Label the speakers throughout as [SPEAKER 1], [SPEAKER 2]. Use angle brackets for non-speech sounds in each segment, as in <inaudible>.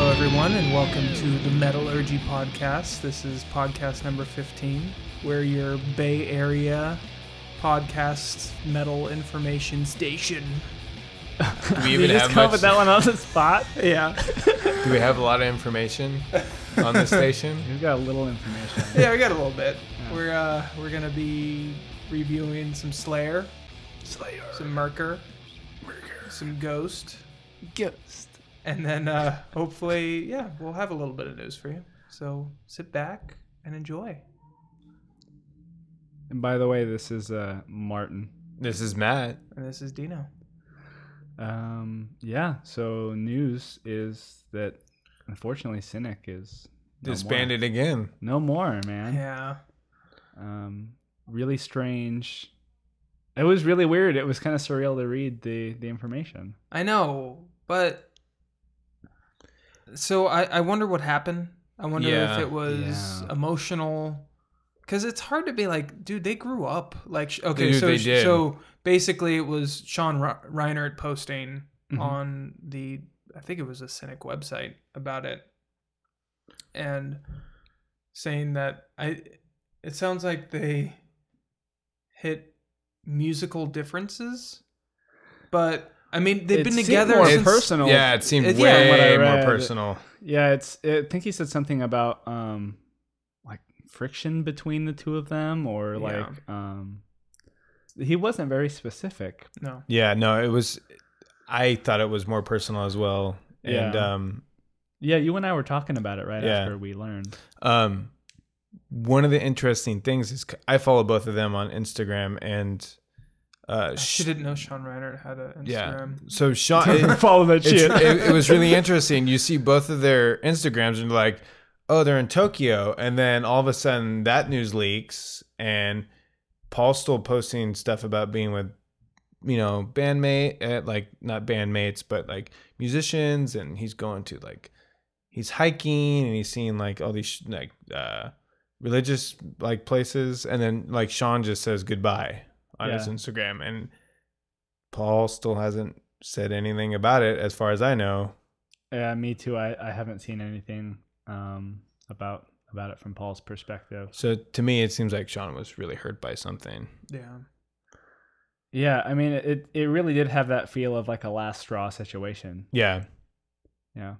[SPEAKER 1] and welcome to the Metallurgy Podcast. This is podcast number 15. We're your Bay Area podcast metal information station.
[SPEAKER 2] Do we
[SPEAKER 3] You
[SPEAKER 2] even
[SPEAKER 3] just
[SPEAKER 2] have
[SPEAKER 3] covered
[SPEAKER 2] much,
[SPEAKER 3] that one on the spot.
[SPEAKER 1] <laughs> Yeah.
[SPEAKER 2] Do we have a lot of information on the station?
[SPEAKER 3] We've got a little information.
[SPEAKER 1] yeah, we got a little bit. We're uh, we're going to be reviewing some Slayer, Slayer, some Merker, Merker, some Ghost,
[SPEAKER 3] Ghost.
[SPEAKER 1] and then uh, hopefully, yeah, we'll have a little bit of news for you. So sit back and enjoy.
[SPEAKER 3] And by the way, this is uh, Martin.
[SPEAKER 2] <laughs> This is Matt.
[SPEAKER 1] And this is Dino.
[SPEAKER 3] Um, yeah. So news is that unfortunately, Cynic is no more.
[SPEAKER 2] Disbanded again.
[SPEAKER 3] No more, man.
[SPEAKER 1] Yeah.
[SPEAKER 3] Um, really strange. It was really weird. It was kind of surreal to read the the information.
[SPEAKER 1] I know, but so I, I wonder what happened. I wonder
[SPEAKER 2] Yeah,
[SPEAKER 1] if it was
[SPEAKER 3] yeah.
[SPEAKER 1] emotional, because it's hard to be like, dude, they grew up. Like, sh- okay,
[SPEAKER 2] Dude,
[SPEAKER 1] so
[SPEAKER 2] they
[SPEAKER 1] sh-
[SPEAKER 2] did.
[SPEAKER 1] so basically, it was Sean Re- Reinert posting
[SPEAKER 2] Mm-hmm.
[SPEAKER 3] Mhm.
[SPEAKER 1] on the I think it was a Cynic website about it, and saying that I. It sounds like they hit musical differences, but I mean they've
[SPEAKER 3] It
[SPEAKER 1] been
[SPEAKER 3] seemed
[SPEAKER 1] together
[SPEAKER 3] more
[SPEAKER 1] since
[SPEAKER 3] personal.
[SPEAKER 2] Yeah, it seemed
[SPEAKER 1] It's- yeah,
[SPEAKER 2] way
[SPEAKER 3] what I
[SPEAKER 2] more
[SPEAKER 3] read.
[SPEAKER 2] personal.
[SPEAKER 3] Yeah, it's. I think he said something about um, like friction between the two of them, or
[SPEAKER 1] Yeah.
[SPEAKER 3] like um, he wasn't very specific.
[SPEAKER 1] No.
[SPEAKER 2] Yeah, no, it was. I thought it was more personal as well. And
[SPEAKER 3] Yeah.
[SPEAKER 2] um,
[SPEAKER 3] Yeah, you and I were talking about it right
[SPEAKER 2] Yeah.
[SPEAKER 3] after we learned.
[SPEAKER 2] um, one of the interesting things is c- I follow both of them on Instagram and. Uh,
[SPEAKER 1] I
[SPEAKER 2] sh-
[SPEAKER 1] should didn't know Sean Reinert had an Instagram.
[SPEAKER 2] Yeah. so
[SPEAKER 3] <laughs>
[SPEAKER 2] Sean, <laughs>
[SPEAKER 3] Follow that
[SPEAKER 2] It's- Uh, it, it was really interesting. You see both of their Instagrams and you're like, oh, they're in Tokyo, and then all of a sudden that news leaks, and Paul's still posting stuff about being with, you know, bandmate at like not bandmates, but like musicians, and he's going to like he's hiking and he's seeing like all these sh- like uh religious like places and then like Sean just says goodbye on his
[SPEAKER 3] Yeah.
[SPEAKER 2] Instagram and Paul still hasn't said anything about it as far as I know.
[SPEAKER 3] yeah, me too. I, I haven't seen anything um, about about it from Paul's perspective.
[SPEAKER 2] So to me it seems like Sean was really hurt by something.
[SPEAKER 1] Yeah.
[SPEAKER 3] Yeah, I mean, it it really did have that feel of like a last straw situation.
[SPEAKER 2] Yeah.
[SPEAKER 3] Yeah,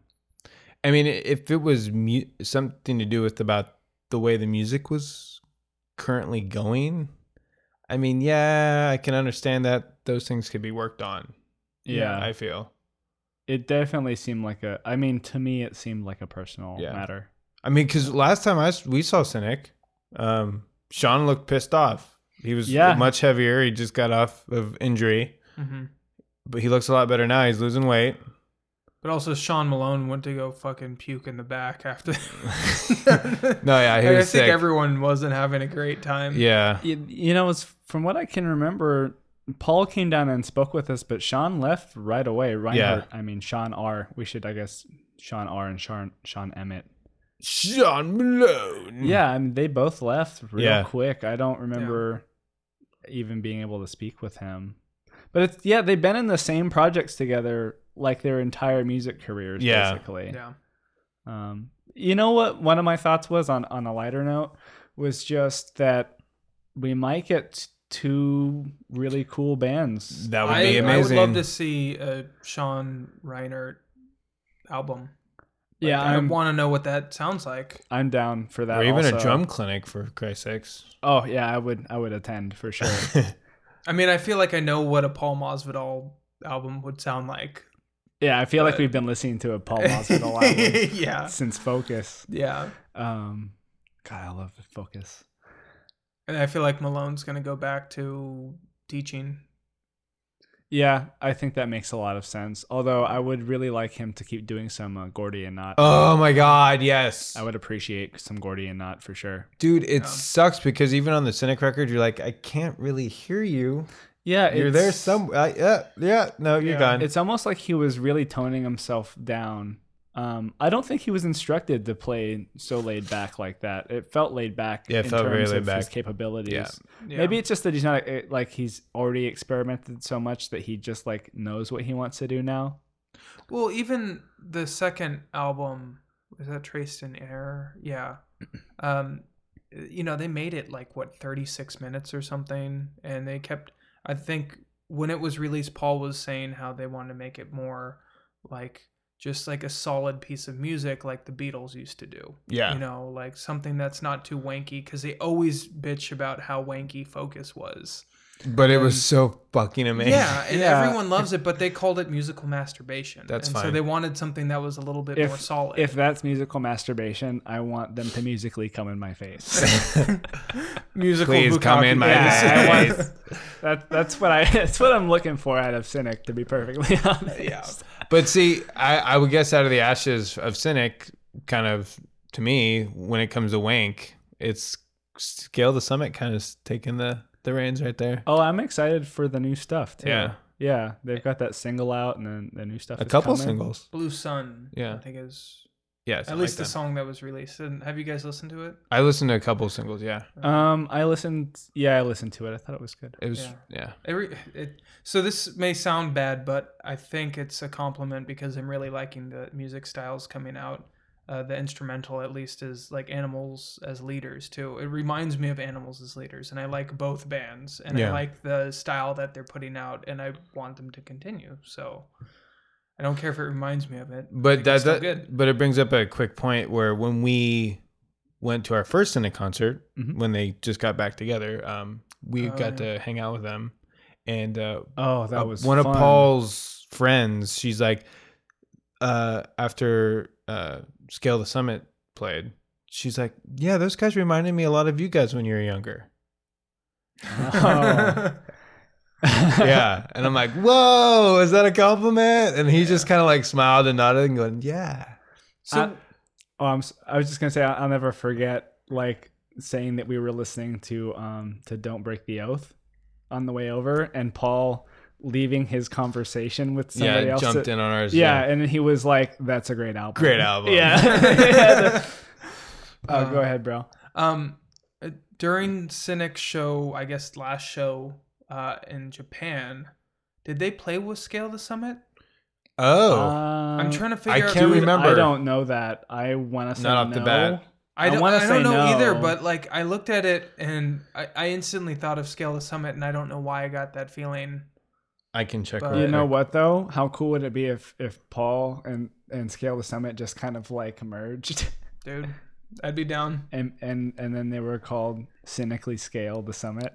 [SPEAKER 2] I mean if it was mu- something to do with about the way the music was currently going, I mean, yeah, I can understand that those things could be worked on.
[SPEAKER 3] Yeah.
[SPEAKER 2] I feel.
[SPEAKER 3] it definitely seemed like a. I mean, to me, it seemed like a personal
[SPEAKER 2] Yeah.
[SPEAKER 3] matter.
[SPEAKER 2] I mean, because last time I s- we saw Cynic, um, Sean looked pissed off. He was
[SPEAKER 3] Yeah.
[SPEAKER 2] much heavier. He just got off of injury,
[SPEAKER 1] Mm-hmm.
[SPEAKER 2] but he looks a lot better now. He's losing weight.
[SPEAKER 1] But also Sean Malone went to go fucking puke in the back after.
[SPEAKER 2] <laughs>
[SPEAKER 1] <laughs>
[SPEAKER 2] No, yeah, he
[SPEAKER 1] Like, I
[SPEAKER 2] was
[SPEAKER 1] think
[SPEAKER 2] sick.
[SPEAKER 1] everyone wasn't having a great time.
[SPEAKER 2] yeah,
[SPEAKER 3] You, you know, it's from what I can remember. Paul came down and spoke with us, but Sean left right away. Reinhardt, I mean Sean R. We should, I guess, Sean R. and Sean Sean Emmett.
[SPEAKER 2] Sean Malone.
[SPEAKER 3] Yeah, I mean, they both left real
[SPEAKER 2] Mm. Yeah.
[SPEAKER 3] quick. I don't remember even being able to speak with him. But it's yeah, they've been in the same projects together like their entire music careers
[SPEAKER 2] Yeah.
[SPEAKER 3] basically.
[SPEAKER 1] Yeah.
[SPEAKER 3] Um, you know what? One of my thoughts was on on a lighter note was just that we might get two really cool bands.
[SPEAKER 2] that would
[SPEAKER 1] I,
[SPEAKER 2] be
[SPEAKER 1] I would
[SPEAKER 2] amazing.
[SPEAKER 1] love to see a Sean Reinert album. Like,
[SPEAKER 3] yeah,
[SPEAKER 1] I
[SPEAKER 3] I'm
[SPEAKER 1] want to know what that sounds like.
[SPEAKER 3] I'm down for that.
[SPEAKER 2] or even
[SPEAKER 3] also.
[SPEAKER 2] a drum clinic for Christ's sakes.
[SPEAKER 3] Oh yeah, I would I would attend for sure.
[SPEAKER 1] I mean, I feel like I know what a Paul Masvidal album would sound like.
[SPEAKER 3] yeah, I feel like
[SPEAKER 2] Uh,
[SPEAKER 1] But-
[SPEAKER 3] we've been listening to a Paul
[SPEAKER 1] <laughs>
[SPEAKER 3] Masvidal album
[SPEAKER 2] <laughs>
[SPEAKER 1] yeah.
[SPEAKER 3] since Focus.
[SPEAKER 1] Yeah.
[SPEAKER 3] Um, God, I love Focus.
[SPEAKER 1] And I feel like Malone's going to go back to teaching.
[SPEAKER 3] Yeah, I think that makes a lot of sense. Although I would really like him to keep doing some uh, Gordian knot.
[SPEAKER 2] <laughs> Oh my God, yes,
[SPEAKER 3] I would appreciate some Gordian knot for sure.
[SPEAKER 2] dude. It
[SPEAKER 1] Yeah.
[SPEAKER 2] sucks because even on the Cynic record, you're like, I can't really hear you.
[SPEAKER 3] Yeah,
[SPEAKER 2] You're there some. Uh, yeah, yeah. No, you're
[SPEAKER 1] Yeah.
[SPEAKER 2] gone.
[SPEAKER 3] It's almost like he was really toning himself down. Um, I don't think he was instructed to play so laid back like that. It felt laid back
[SPEAKER 2] Yeah, it
[SPEAKER 3] in
[SPEAKER 2] felt very
[SPEAKER 3] terms
[SPEAKER 2] laid
[SPEAKER 3] of his
[SPEAKER 2] back.
[SPEAKER 3] capabilities.
[SPEAKER 2] Yeah.
[SPEAKER 1] Yeah.
[SPEAKER 3] Maybe it's just that he's not uh, like he's already experimented so much that he just like knows what he wants to do now.
[SPEAKER 1] Well, even the second album, was that traced in error? Yeah. Um, you know, they made it like what 36 minutes or something, and they kept. I think when it was released, Paul was saying how they wanted to make it more like just like a solid piece of music like the Beatles used to do.
[SPEAKER 2] Yeah.
[SPEAKER 1] You know, like something that's not too wanky because they always bitch about how wanky Focus was.
[SPEAKER 2] But it was so fucking amazing.
[SPEAKER 1] Yeah, and
[SPEAKER 3] Yeah.
[SPEAKER 1] everyone loves it, but they called it musical masturbation.
[SPEAKER 2] That's
[SPEAKER 1] and So
[SPEAKER 2] fine.
[SPEAKER 1] they wanted something that was a little bit
[SPEAKER 3] If-
[SPEAKER 1] more solid.
[SPEAKER 3] If that's musical masturbation, I want them to musically come in my face.
[SPEAKER 1] <laughs> musical
[SPEAKER 2] Please come
[SPEAKER 1] bukkake
[SPEAKER 2] in my
[SPEAKER 1] dance.
[SPEAKER 3] Yeah, I
[SPEAKER 2] face.
[SPEAKER 3] that, that's what I <laughs> that's what I'm looking for out of Cynic, to be perfectly <laughs> honest.
[SPEAKER 1] Yeah.
[SPEAKER 2] <laughs> But see, I, I would guess out of the ashes of Cynic, kind of to me, when it comes to wank, it's Scale the Summit kind of taking the, the reins right there.
[SPEAKER 3] Oh, I'm excited for the new stuff too.
[SPEAKER 2] Yeah.
[SPEAKER 3] Yeah, they've got that single out, and then the new stuff.
[SPEAKER 2] A
[SPEAKER 3] is
[SPEAKER 2] couple
[SPEAKER 3] coming.
[SPEAKER 2] singles.
[SPEAKER 1] Blue Sun.
[SPEAKER 2] Yeah.
[SPEAKER 1] I think is
[SPEAKER 2] Yeah.
[SPEAKER 1] at
[SPEAKER 2] something
[SPEAKER 1] least
[SPEAKER 2] like
[SPEAKER 1] the
[SPEAKER 2] that.
[SPEAKER 1] song that was released. And have you guys listened to it?
[SPEAKER 2] I listened to a couple singles. Yeah.
[SPEAKER 3] Um, I listened. Yeah, I listened to it. I thought it was good.
[SPEAKER 2] It was,
[SPEAKER 1] Yeah.
[SPEAKER 2] yeah.
[SPEAKER 1] Every it, so this may sound bad, but I think it's a compliment because I'm really liking the music styles coming out. Uh, the instrumental, at least, is like animals as leaders too. It reminds me of animals as leaders, and I like both bands, and I
[SPEAKER 2] Yeah.
[SPEAKER 1] like the style that they're putting out, and I want them to continue. So I don't care if it reminds me of it.
[SPEAKER 2] But that,
[SPEAKER 1] it's still
[SPEAKER 2] that
[SPEAKER 1] good.
[SPEAKER 2] but it brings up a quick point where when we went to our first Cynic concert
[SPEAKER 3] Mhm.
[SPEAKER 2] when they just got back together, um, we
[SPEAKER 1] Oh,
[SPEAKER 2] got
[SPEAKER 1] yeah.
[SPEAKER 2] to hang out with them, and uh,
[SPEAKER 3] Oh,
[SPEAKER 2] uh,
[SPEAKER 3] that was
[SPEAKER 2] one
[SPEAKER 3] fun.
[SPEAKER 2] of Paul's friends. She's like, uh, after uh, Scale the Summit played, she's like, yeah, those guys reminded me a lot of you guys when you were
[SPEAKER 3] <laughs>
[SPEAKER 2] younger.
[SPEAKER 3] <laughs> Oh.
[SPEAKER 2] <laughs>
[SPEAKER 1] <laughs>
[SPEAKER 2] yeah, and I'm like, whoa, is that a compliment? And he just kind of like smiled and nodded and going, yeah.
[SPEAKER 1] So
[SPEAKER 3] I- Oh, I'm, s- I was just gonna say I- I'll never forget like saying that we were listening to um to Don't Break the Oath on the way over, and Paul leaving his conversation with somebody
[SPEAKER 2] yeah,
[SPEAKER 3] else.
[SPEAKER 2] jumped
[SPEAKER 3] that-
[SPEAKER 2] in on ours.
[SPEAKER 3] Yeah, and then he was like, "That's a great album.
[SPEAKER 2] Great album.
[SPEAKER 3] Yeah. Yeah, the- oh, go
[SPEAKER 1] Uh,
[SPEAKER 3] ahead, bro.
[SPEAKER 1] Um, uh, during Cynic show, I guess last show uh, in Japan, did they play with Scale the Summit?
[SPEAKER 2] Oh,
[SPEAKER 3] Uh,
[SPEAKER 1] I'm trying to
[SPEAKER 2] I
[SPEAKER 1] figure out.
[SPEAKER 2] can't
[SPEAKER 1] who-
[SPEAKER 2] remember.
[SPEAKER 3] I don't know that. I want to say
[SPEAKER 2] Not off
[SPEAKER 3] no.
[SPEAKER 2] the bat.
[SPEAKER 1] I
[SPEAKER 3] I
[SPEAKER 1] don't,
[SPEAKER 3] wanna
[SPEAKER 1] I don't
[SPEAKER 3] say
[SPEAKER 1] know either,
[SPEAKER 3] no.
[SPEAKER 1] but like I looked at it and I, I instantly thought of Scale the Summit, and I don't know why I got that feeling.
[SPEAKER 2] I can check.
[SPEAKER 1] But-
[SPEAKER 2] real
[SPEAKER 3] You know
[SPEAKER 2] quick.
[SPEAKER 3] what though? How cool would it be if if Paul and and Scale the Summit just kind of like merged, <laughs>
[SPEAKER 1] Dude, I'd be down.
[SPEAKER 3] and and and then they were called cynically Scale the Summit.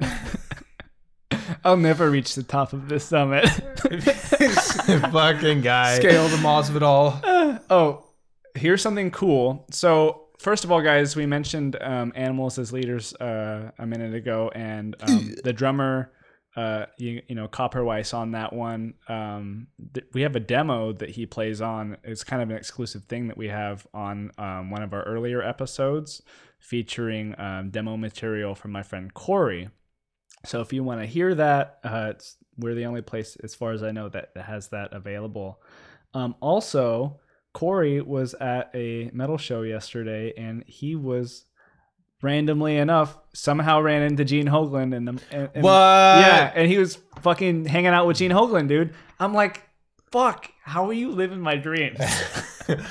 [SPEAKER 3] I'll never reach the top of this summit. <laughs>
[SPEAKER 2] <laughs> fucking guy.
[SPEAKER 1] Scale the Maws of it
[SPEAKER 3] <laughs>
[SPEAKER 1] all.
[SPEAKER 3] oh, here's something cool. So, first of all, guys, we mentioned um, animals as leaders uh, a minute ago, and um, the drummer, uh, you, you know, Copperweiss on that one. Um, th- we have a demo that he plays on. It's kind of an exclusive thing that we have on um, one of our earlier episodes featuring um, demo material from my friend Corey. So if you want to hear that, uh, it's, we're the only place, as far as I know, that, that has that available. Um, also, Corey was at a metal show yesterday, and he was randomly enough somehow ran into Gene Hoglan and the and, and-
[SPEAKER 2] What? <laughs> Uh,
[SPEAKER 3] Yeah, and he was fucking hanging out with Gene Hoglan, dude. I'm like, fuck, how are you living my
[SPEAKER 2] <laughs>
[SPEAKER 3] dreams?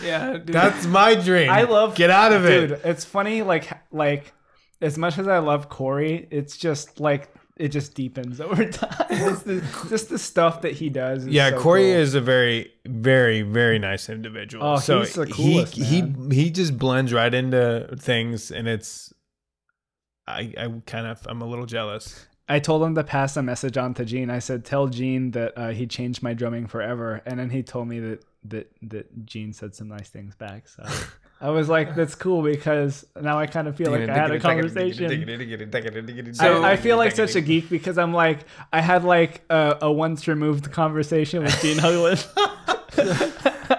[SPEAKER 1] Yeah, dude.
[SPEAKER 2] That's my dream.
[SPEAKER 3] I love
[SPEAKER 2] Get out of it.
[SPEAKER 3] Dude, it's funny, like like as much as I love Corey, it's just like it just deepens <laughs> over time. It's the- just the stuff that he does. Is
[SPEAKER 2] Yeah,
[SPEAKER 3] so
[SPEAKER 2] Corey
[SPEAKER 3] cool.
[SPEAKER 2] is a very, very, very nice individual.
[SPEAKER 3] Oh,
[SPEAKER 2] so
[SPEAKER 3] he's the
[SPEAKER 2] he
[SPEAKER 3] coolest,
[SPEAKER 2] he
[SPEAKER 3] man.
[SPEAKER 2] he just blends right into things, and it's. I I kind of I'm a little jealous.
[SPEAKER 3] I told him to pass a message on to Gene. I said, "Tell Gene that uh, he changed my drumming forever," and then he told me that that that Gene said some nice things back.
[SPEAKER 2] <laughs>
[SPEAKER 3] So I was like, "That's cool," because now I kind of feel like I had a conversation.
[SPEAKER 2] <laughs>
[SPEAKER 1] So-
[SPEAKER 3] I, I feel like such a geek because I'm like I had like a, a once removed conversation with Gene Hoglan.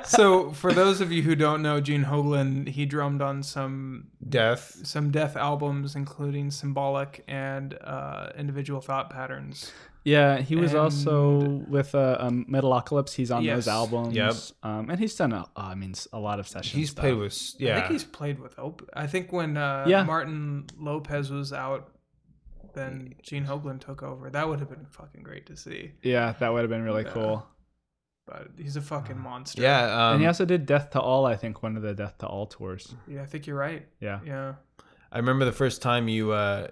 [SPEAKER 1] so for those of you who don't know, Gene Hoglan, he drummed on some
[SPEAKER 2] death.
[SPEAKER 1] some death albums, including Symbolic and uh, Individual Thought Patterns.
[SPEAKER 3] <laughs> yeah, he was
[SPEAKER 1] And-
[SPEAKER 3] also with uh, um, Metalocalypse. He's on
[SPEAKER 1] Yes.
[SPEAKER 3] those albums.
[SPEAKER 2] Yep.
[SPEAKER 3] Um, and he's done a, I mean s- a lot of sessions.
[SPEAKER 2] He's
[SPEAKER 3] stuff.
[SPEAKER 2] played with
[SPEAKER 1] I
[SPEAKER 2] yeah.
[SPEAKER 1] think he's played with Op. I think when uh,
[SPEAKER 3] Yeah.
[SPEAKER 1] Martin Lopez was out, then Gene Hoglan took over. That would have been fucking great to see.
[SPEAKER 3] Yeah, that would have been really cool.
[SPEAKER 1] but he's a fucking monster.
[SPEAKER 2] Yeah. Um,
[SPEAKER 3] and he also did Death to All, I think, one of the Death to All tours.
[SPEAKER 1] Yeah, I think you're right.
[SPEAKER 3] Yeah.
[SPEAKER 1] Yeah.
[SPEAKER 2] I remember the first time you uh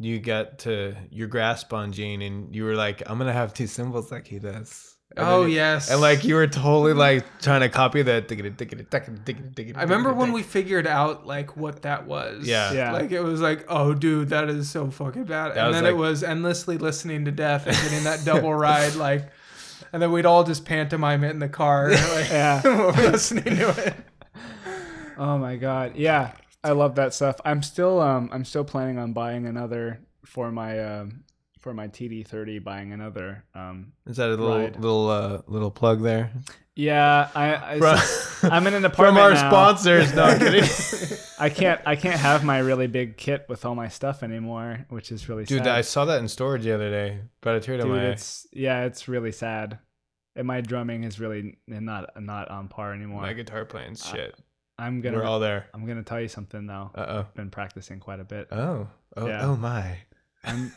[SPEAKER 2] you got to your grasp on Gene and you were like, I'm gonna have two symbols like he does. And
[SPEAKER 1] oh
[SPEAKER 2] then-
[SPEAKER 1] yes.
[SPEAKER 2] And like you were totally like trying to copy that. I
[SPEAKER 1] I remember when we figured out like what that was.
[SPEAKER 2] Yeah.
[SPEAKER 3] Yeah.
[SPEAKER 1] Like it was like, oh dude, that is so fucking bad.
[SPEAKER 2] That
[SPEAKER 1] and
[SPEAKER 2] was
[SPEAKER 1] then it
[SPEAKER 2] like-
[SPEAKER 1] was endlessly listening to death and getting that double ride, like and then we'd all just pantomime it in the car, <laughs> like
[SPEAKER 3] Yeah. <laughs>
[SPEAKER 1] while we're listening to it.
[SPEAKER 3] oh my god. Yeah. I love that stuff. I'm still um I'm still planning on buying another for my um for my TD30 buying another um
[SPEAKER 2] Is that a little
[SPEAKER 3] Ride.
[SPEAKER 2] little uh, little plug there?
[SPEAKER 3] yeah, I, I
[SPEAKER 2] From, <laughs>
[SPEAKER 3] I'm in an
[SPEAKER 2] from
[SPEAKER 3] apartment
[SPEAKER 2] our
[SPEAKER 3] now.
[SPEAKER 2] sponsors. No I'm kidding.
[SPEAKER 1] <laughs>
[SPEAKER 3] I can't I can't have my really big kit with all my stuff anymore, which is really
[SPEAKER 2] Dude, I
[SPEAKER 3] sad.
[SPEAKER 2] saw that in storage the other day, but I teared on
[SPEAKER 3] Dude,
[SPEAKER 2] my eye.
[SPEAKER 3] it's yeah, it's really sad. And my drumming is really not not on par anymore.
[SPEAKER 2] My guitar playing shit.
[SPEAKER 3] I'm gonna
[SPEAKER 2] We're all there.
[SPEAKER 3] I'm gonna tell you something though.
[SPEAKER 2] Uh
[SPEAKER 3] I've been practicing quite a bit.
[SPEAKER 2] oh. Oh. Oh,
[SPEAKER 3] Yeah.
[SPEAKER 2] oh my.
[SPEAKER 3] I'm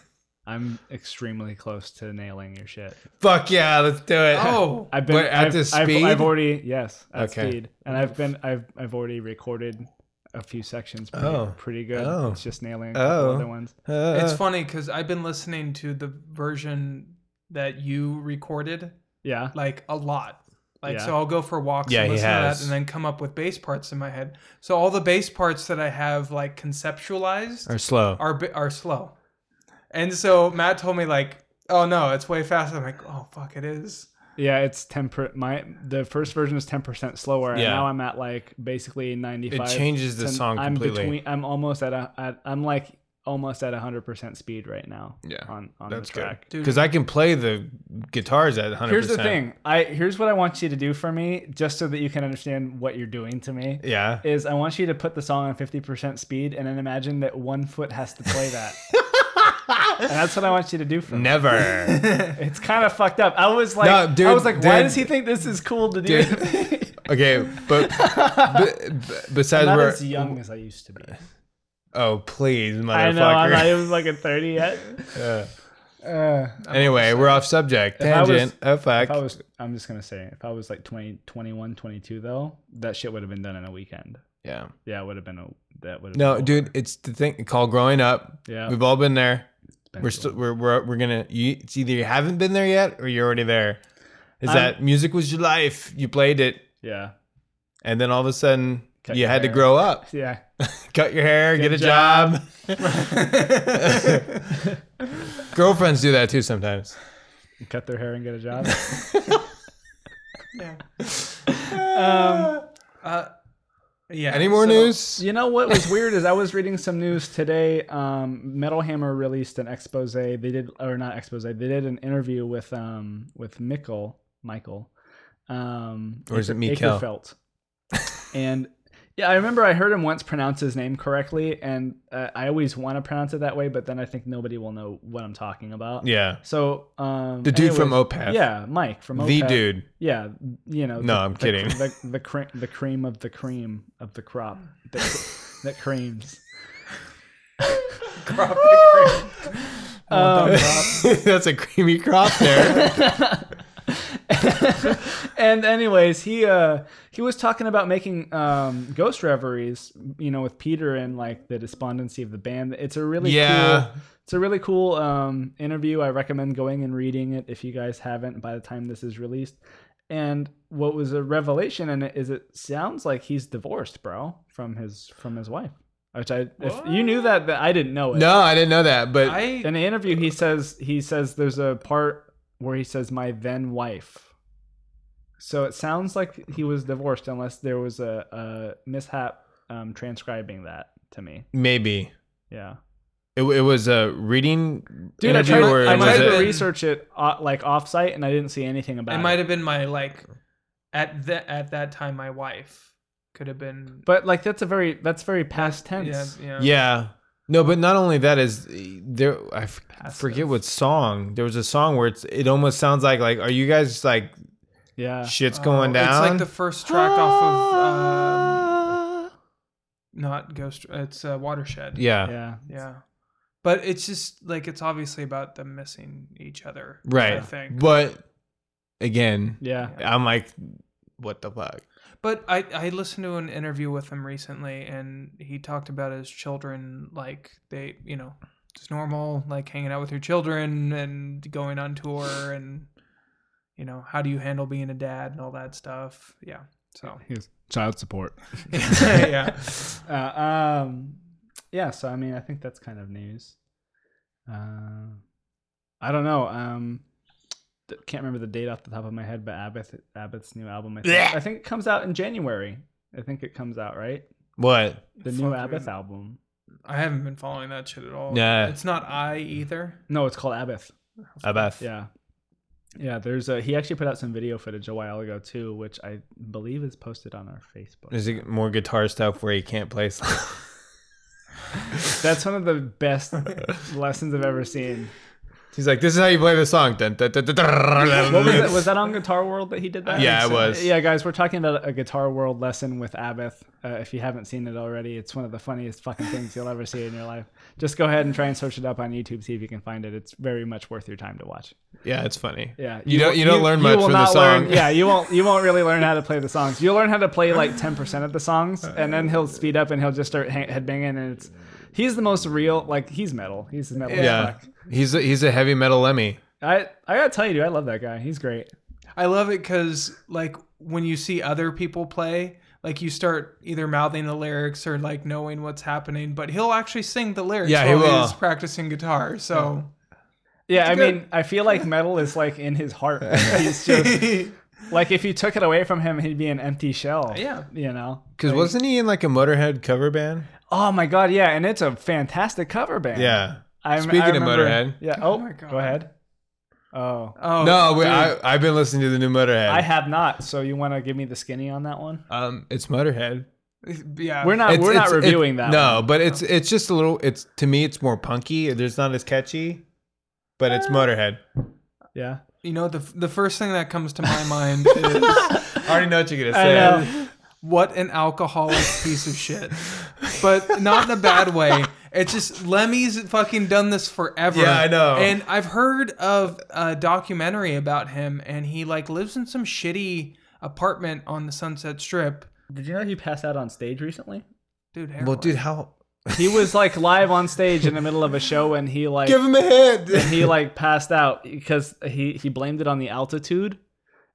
[SPEAKER 3] I'm extremely close to nailing your shit.
[SPEAKER 2] Fuck yeah, let's do it.
[SPEAKER 1] Oh.
[SPEAKER 3] I've been
[SPEAKER 2] Wait, at
[SPEAKER 3] I've,
[SPEAKER 2] this
[SPEAKER 3] I've-
[SPEAKER 2] speed?
[SPEAKER 3] I've, already yes at
[SPEAKER 2] Okay.
[SPEAKER 3] speed, and I've been I've I've already recorded a few sections. Pretty,
[SPEAKER 2] Oh.
[SPEAKER 3] pretty good.
[SPEAKER 2] Oh.
[SPEAKER 3] It's just nailing a couple
[SPEAKER 2] Oh.
[SPEAKER 3] other ones.
[SPEAKER 2] Uh,
[SPEAKER 1] It's funny because I've been listening to the version that you recorded
[SPEAKER 3] Yeah.
[SPEAKER 1] like a lot. Like
[SPEAKER 3] Yeah.
[SPEAKER 1] so I'll go for walks
[SPEAKER 2] Yeah,
[SPEAKER 1] and
[SPEAKER 2] he
[SPEAKER 1] listen to that
[SPEAKER 2] has.
[SPEAKER 1] and then come up with bass parts in my head. So all the bass parts that I have like conceptualized
[SPEAKER 2] or slow.
[SPEAKER 1] are bi- are slow. And so Matt told me like, "Oh no, it's way faster." I'm like, "Oh fuck, it is."
[SPEAKER 3] Yeah, it's ten per my the first version is ten percent slower, and
[SPEAKER 2] Yeah.
[SPEAKER 3] now I'm at like basically ninety
[SPEAKER 2] It
[SPEAKER 3] five.
[SPEAKER 2] changes the song
[SPEAKER 3] I'm
[SPEAKER 2] completely.
[SPEAKER 3] Between, I'm almost at a at, I'm like almost at hundred percent speed right now.
[SPEAKER 2] Yeah,
[SPEAKER 3] on on
[SPEAKER 2] That's
[SPEAKER 3] the track.
[SPEAKER 2] good.
[SPEAKER 1] Dude.
[SPEAKER 2] Because I can play the guitars at 100%.
[SPEAKER 3] Here's the thing. I here's what I want you to do for me, just so that you can understand what you're doing to me.
[SPEAKER 2] Yeah.
[SPEAKER 3] Is I want you to put the song on 50% speed and then imagine that one foot has to
[SPEAKER 2] <laughs>
[SPEAKER 3] play that. and that's what I want you to do for me.
[SPEAKER 2] Never.
[SPEAKER 3] <laughs> It's kind of fucked up. I was like,
[SPEAKER 2] No, dude,
[SPEAKER 3] I was like, why
[SPEAKER 2] dude.
[SPEAKER 3] does he think this is cool to do? <laughs>
[SPEAKER 2] Dude. okay, but, but, but
[SPEAKER 3] I'm
[SPEAKER 2] besides
[SPEAKER 3] not
[SPEAKER 2] we're
[SPEAKER 3] as young as I used
[SPEAKER 2] <laughs>
[SPEAKER 3] to be.
[SPEAKER 2] oh please motherfucker.
[SPEAKER 3] I know. I'm not even like a 30 yet.
[SPEAKER 2] <laughs> Yeah.
[SPEAKER 3] Uh,
[SPEAKER 2] <laughs> anyway, we're off subject.
[SPEAKER 3] I was-
[SPEAKER 2] Tangent. oh
[SPEAKER 3] if I
[SPEAKER 2] fuck.
[SPEAKER 3] was, I'm just gonna say, if I was like 20, 21, 22 though, that shit would have been done in a weekend.
[SPEAKER 2] Yeah.
[SPEAKER 3] Yeah, it would have been a that would. have
[SPEAKER 2] No,
[SPEAKER 3] been
[SPEAKER 2] dude, it's the thing called growing up.
[SPEAKER 3] Yeah.
[SPEAKER 2] We've all been there.
[SPEAKER 3] been
[SPEAKER 2] We're
[SPEAKER 3] too
[SPEAKER 2] still we're we're, we're gonna. You, it's either you haven't been there yet or you're already there. Is
[SPEAKER 3] I'm-
[SPEAKER 2] that music was your life? You played it,
[SPEAKER 3] Yeah,
[SPEAKER 2] and then all of a sudden
[SPEAKER 3] Cut
[SPEAKER 2] you
[SPEAKER 3] your
[SPEAKER 2] had to
[SPEAKER 3] hair.
[SPEAKER 2] grow up.
[SPEAKER 3] yeah.
[SPEAKER 2] cut your hair, get,
[SPEAKER 3] Get a
[SPEAKER 2] a job. <laughs> Girlfriends do that too sometimes.
[SPEAKER 3] Cut their hair and get a job.
[SPEAKER 1] Yeah.
[SPEAKER 3] um,
[SPEAKER 1] Uh yeah.
[SPEAKER 2] Any more
[SPEAKER 1] so-
[SPEAKER 2] news?
[SPEAKER 3] you know what was weird is I was reading some news today. Um, Metal Hammer released an expose. They did, or not expose. They did an interview with um with Mikkel, Michael, um,
[SPEAKER 2] Or is it
[SPEAKER 3] Aker-
[SPEAKER 2] Mikkel?
[SPEAKER 3] Akerfeldt. and yeah, I remember I heard him once pronounce his name correctly, and uh, I always want to pronounce it that way, but then I think nobody will know what I'm talking about.
[SPEAKER 2] Yeah.
[SPEAKER 3] So um,
[SPEAKER 2] The dude from
[SPEAKER 3] anyways-
[SPEAKER 2] OPEP.
[SPEAKER 3] Yeah, Mike from
[SPEAKER 2] The
[SPEAKER 3] OPEP.
[SPEAKER 2] dude. <laughs>
[SPEAKER 3] Yeah, you know.
[SPEAKER 2] No, I'm
[SPEAKER 3] the,
[SPEAKER 2] kidding.
[SPEAKER 3] The the, cre- the cream of the cream of the crop that, cr- that creams.
[SPEAKER 1] <laughs> Crop the cream.
[SPEAKER 3] Um,
[SPEAKER 2] <laughs> That's a creamy crop
[SPEAKER 1] <laughs>
[SPEAKER 2] there.
[SPEAKER 3] <laughs> and anyways, he uh he was talking about making um ghost reveries, you know, with Peter and like the despondency of the band. It's a really
[SPEAKER 2] Yeah.
[SPEAKER 3] cool it's a really cool um interview. I recommend going and reading it if you guys haven't by the time this is released. And what was a revelation in it is it sounds like he's divorced, bro, from his from his wife. Which I if you knew that, that I didn't know it.
[SPEAKER 2] no, I didn't know that, but
[SPEAKER 1] I
[SPEAKER 3] In the interview, he says he says there's a part where he says my then wife. So it sounds like he was divorced, unless there was a, a mishap um, transcribing that to me.
[SPEAKER 2] maybe.
[SPEAKER 3] Yeah,
[SPEAKER 2] It, it was a reading
[SPEAKER 3] dude, I
[SPEAKER 2] interview
[SPEAKER 3] tried,
[SPEAKER 2] or
[SPEAKER 3] I
[SPEAKER 2] was
[SPEAKER 3] tried to
[SPEAKER 2] it?
[SPEAKER 1] read-
[SPEAKER 3] research it uh, like offsite, and I didn't see anything about
[SPEAKER 1] it
[SPEAKER 3] it.
[SPEAKER 1] might have been my like at the at that time my wife could have been
[SPEAKER 3] but like that's a very that's very past
[SPEAKER 1] yeah,
[SPEAKER 3] tense.
[SPEAKER 1] yeah.
[SPEAKER 2] Yeah. No, but not only that is there. I f-
[SPEAKER 1] Passive.
[SPEAKER 2] forget what song. There was a song where it's. It almost sounds like like. Are you guys like
[SPEAKER 3] Yeah,
[SPEAKER 2] shit's
[SPEAKER 1] Oh,
[SPEAKER 2] going down? Ah.
[SPEAKER 1] It's like the first track off of um, not Ghost. It's uh, Watershed.
[SPEAKER 2] yeah.
[SPEAKER 3] yeah.
[SPEAKER 1] Yeah. But it's just like it's obviously about them missing each other.
[SPEAKER 2] Right.
[SPEAKER 1] I think.
[SPEAKER 2] But again.
[SPEAKER 3] Yeah.
[SPEAKER 2] I'm like, what the fuck?
[SPEAKER 1] But I, I listened to an interview with him recently, and he talked about his children like they, you know, it's normal, like hanging out with your children and going on tour, and you know, how do you handle being a dad and all that stuff. Yeah.
[SPEAKER 3] <laughs>
[SPEAKER 1] So
[SPEAKER 3] He's child support.
[SPEAKER 1] <laughs> yeah,
[SPEAKER 3] <laughs> Uh, um, yeah. So I mean, I think that's kind of news. Uh, I don't know. Um, th- can't remember the date off the top of my head, but Abbath, Abbath's new album. I think, I think it comes out in January. I think it comes out right.
[SPEAKER 2] What?
[SPEAKER 3] The new
[SPEAKER 1] Fuck,
[SPEAKER 3] Abbath
[SPEAKER 1] man.
[SPEAKER 3] album.
[SPEAKER 1] I haven't been following that shit at all.
[SPEAKER 2] Nah.
[SPEAKER 1] it's not I either.
[SPEAKER 3] No, it's called Abbath.
[SPEAKER 2] Abath.
[SPEAKER 3] Yeah. Yeah, there's a he actually put out some video footage a while ago too, which I believe is posted on our Facebook.
[SPEAKER 2] Is it more guitar stuff where you can't play?
[SPEAKER 3] That's one of the best lessons I've ever seen.
[SPEAKER 2] <laughs> He's like, this is how you play the song. Dun, dun, dun, dun, dun,
[SPEAKER 3] What was, that, was that on Guitar World that he did that?
[SPEAKER 2] Yeah,
[SPEAKER 3] I
[SPEAKER 2] it
[SPEAKER 3] think
[SPEAKER 2] was.
[SPEAKER 3] Yeah, guys, we're talking about a Guitar World lesson with Abath. Uh, if you haven't seen it already, it's one of the funniest fucking things you'll ever see in your life. Just go ahead and try and search it up on YouTube, see if you can find it. It's very much worth your time to watch.
[SPEAKER 2] Yeah, it's funny.
[SPEAKER 3] Yeah,
[SPEAKER 2] You don't-
[SPEAKER 3] won't-
[SPEAKER 2] you don't learn much
[SPEAKER 3] will
[SPEAKER 2] from the
[SPEAKER 3] not learn-
[SPEAKER 2] song.
[SPEAKER 3] yeah, you won't you won't really learn how to play the songs. You'll learn how to play like ten percent of the songs, and then he'll speed up and he'll just start ha- headbanging. And it's he's the most real. Like he's metal. He's metal. as
[SPEAKER 2] Yeah.
[SPEAKER 3] fuck.
[SPEAKER 2] He's a, he's a heavy metal Lemmy.
[SPEAKER 3] I I gotta tell you, dude, I love that guy. He's great.
[SPEAKER 1] I love it because like when you see other people play, like you start either mouthing the lyrics or like knowing what's happening, but he'll actually sing the lyrics
[SPEAKER 2] Yeah, he
[SPEAKER 1] while
[SPEAKER 2] will.
[SPEAKER 1] he's practicing guitar. <laughs> So
[SPEAKER 3] Yeah, I
[SPEAKER 1] good.
[SPEAKER 3] mean, I feel <laughs> like metal is like in
[SPEAKER 2] <laughs>
[SPEAKER 3] his heart. He's just like if you took it away from him, he'd be an empty shell.
[SPEAKER 1] Yeah.
[SPEAKER 3] you know.
[SPEAKER 2] Because wasn't he in like a Motorhead cover band?
[SPEAKER 3] Oh my god, yeah, and it's a fantastic cover band.
[SPEAKER 2] Yeah.
[SPEAKER 3] I'm,
[SPEAKER 2] Speaking of
[SPEAKER 3] remember-
[SPEAKER 2] Motorhead.
[SPEAKER 3] Yeah. Oh,
[SPEAKER 1] my God.
[SPEAKER 3] Go ahead. Oh.
[SPEAKER 1] oh
[SPEAKER 2] no, we, I, I've been listening to the new Motorhead.
[SPEAKER 3] I have not. So you want to give me the skinny on that one?
[SPEAKER 2] um, it's Motorhead.
[SPEAKER 1] <laughs> yeah,
[SPEAKER 3] We're not.
[SPEAKER 2] It's-
[SPEAKER 3] we're not
[SPEAKER 2] it's- it-
[SPEAKER 3] reviewing that.
[SPEAKER 2] No,
[SPEAKER 3] one.
[SPEAKER 2] but it's it's just a little. It's to me, it's more punky. There's not as catchy, but it's Motorhead.
[SPEAKER 3] Yeah.
[SPEAKER 1] You know the the first thing that comes to my
[SPEAKER 2] <laughs>
[SPEAKER 1] mind is
[SPEAKER 2] I already know what you're gonna
[SPEAKER 3] <laughs> I
[SPEAKER 2] say.
[SPEAKER 3] know.
[SPEAKER 1] what an alcoholic piece of shit, but not in a bad way. It's just Lemmy's fucking done this forever.
[SPEAKER 2] Yeah, I know.
[SPEAKER 1] And I've heard of a documentary about him, and he like lives in some shitty apartment on the Sunset Strip.
[SPEAKER 3] Did you know he passed out on stage recently?
[SPEAKER 1] Dude,
[SPEAKER 2] Well,
[SPEAKER 1] heroin.
[SPEAKER 2] dude, how?
[SPEAKER 3] He was like live on stage in the middle of a show, and he like
[SPEAKER 2] Give him a hit.
[SPEAKER 3] he like passed out because he he blamed it on the altitude,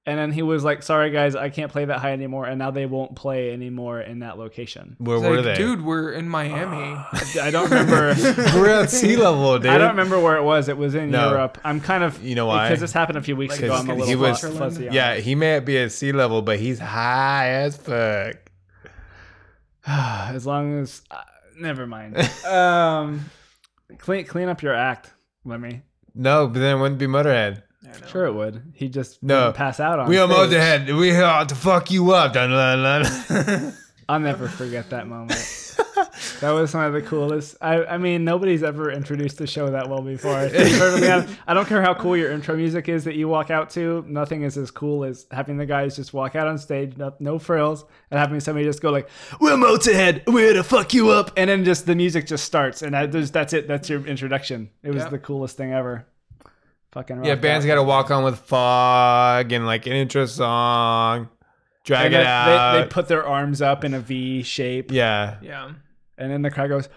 [SPEAKER 3] and then he was like, "Sorry guys, I can't play that high anymore," and now they won't play anymore in that location.
[SPEAKER 2] Where
[SPEAKER 1] It's
[SPEAKER 2] were
[SPEAKER 1] like,
[SPEAKER 2] they?
[SPEAKER 1] Dude, we're in Miami.
[SPEAKER 2] <sighs>
[SPEAKER 3] I don't remember.
[SPEAKER 2] <laughs> we're
[SPEAKER 3] <laughs>
[SPEAKER 2] at sea level, dude.
[SPEAKER 3] I don't remember where it was. It was in
[SPEAKER 2] No.
[SPEAKER 3] Europe. I'm kind of
[SPEAKER 2] You know why?
[SPEAKER 3] because this happened a few weeks ago. I'm a little
[SPEAKER 2] he was-
[SPEAKER 3] fuzz- fuzzy. on it.
[SPEAKER 2] Yeah, he may be at sea level, but he's high as fuck.
[SPEAKER 3] <sighs> as long as uh,
[SPEAKER 2] <laughs>
[SPEAKER 3] never mind um clean clean up your act lemmy
[SPEAKER 2] No, but then it wouldn't be Motorhead.
[SPEAKER 3] sure it would he just
[SPEAKER 2] No.
[SPEAKER 3] wouldn't pass out on
[SPEAKER 2] We are
[SPEAKER 3] stage.
[SPEAKER 2] Motorhead. We are out to fuck you up. Dun, dun, dun.
[SPEAKER 3] <laughs> i'll never forget that moment that was one of the coolest i i mean nobody's ever introduced the show that
[SPEAKER 2] <laughs>
[SPEAKER 3] well before to be perfectly honest. i don't care how cool your intro music is that you walk out to nothing is as cool as having the guys just walk out on stage no, no frills and having somebody just go like we're motorhead we're to fuck you up and then just the music just starts and I, there's, that's it that's your introduction it was
[SPEAKER 1] Yep.
[SPEAKER 3] the coolest thing ever fucking
[SPEAKER 2] yeah,
[SPEAKER 3] rocked
[SPEAKER 2] bands
[SPEAKER 3] out.
[SPEAKER 2] got to walk on with fog and like an intro song,
[SPEAKER 3] They
[SPEAKER 2] drag it
[SPEAKER 3] got- they-
[SPEAKER 2] out.
[SPEAKER 3] They, put their arms up in a V shape,
[SPEAKER 2] yeah,
[SPEAKER 1] Yeah.
[SPEAKER 3] and then the crowd goes,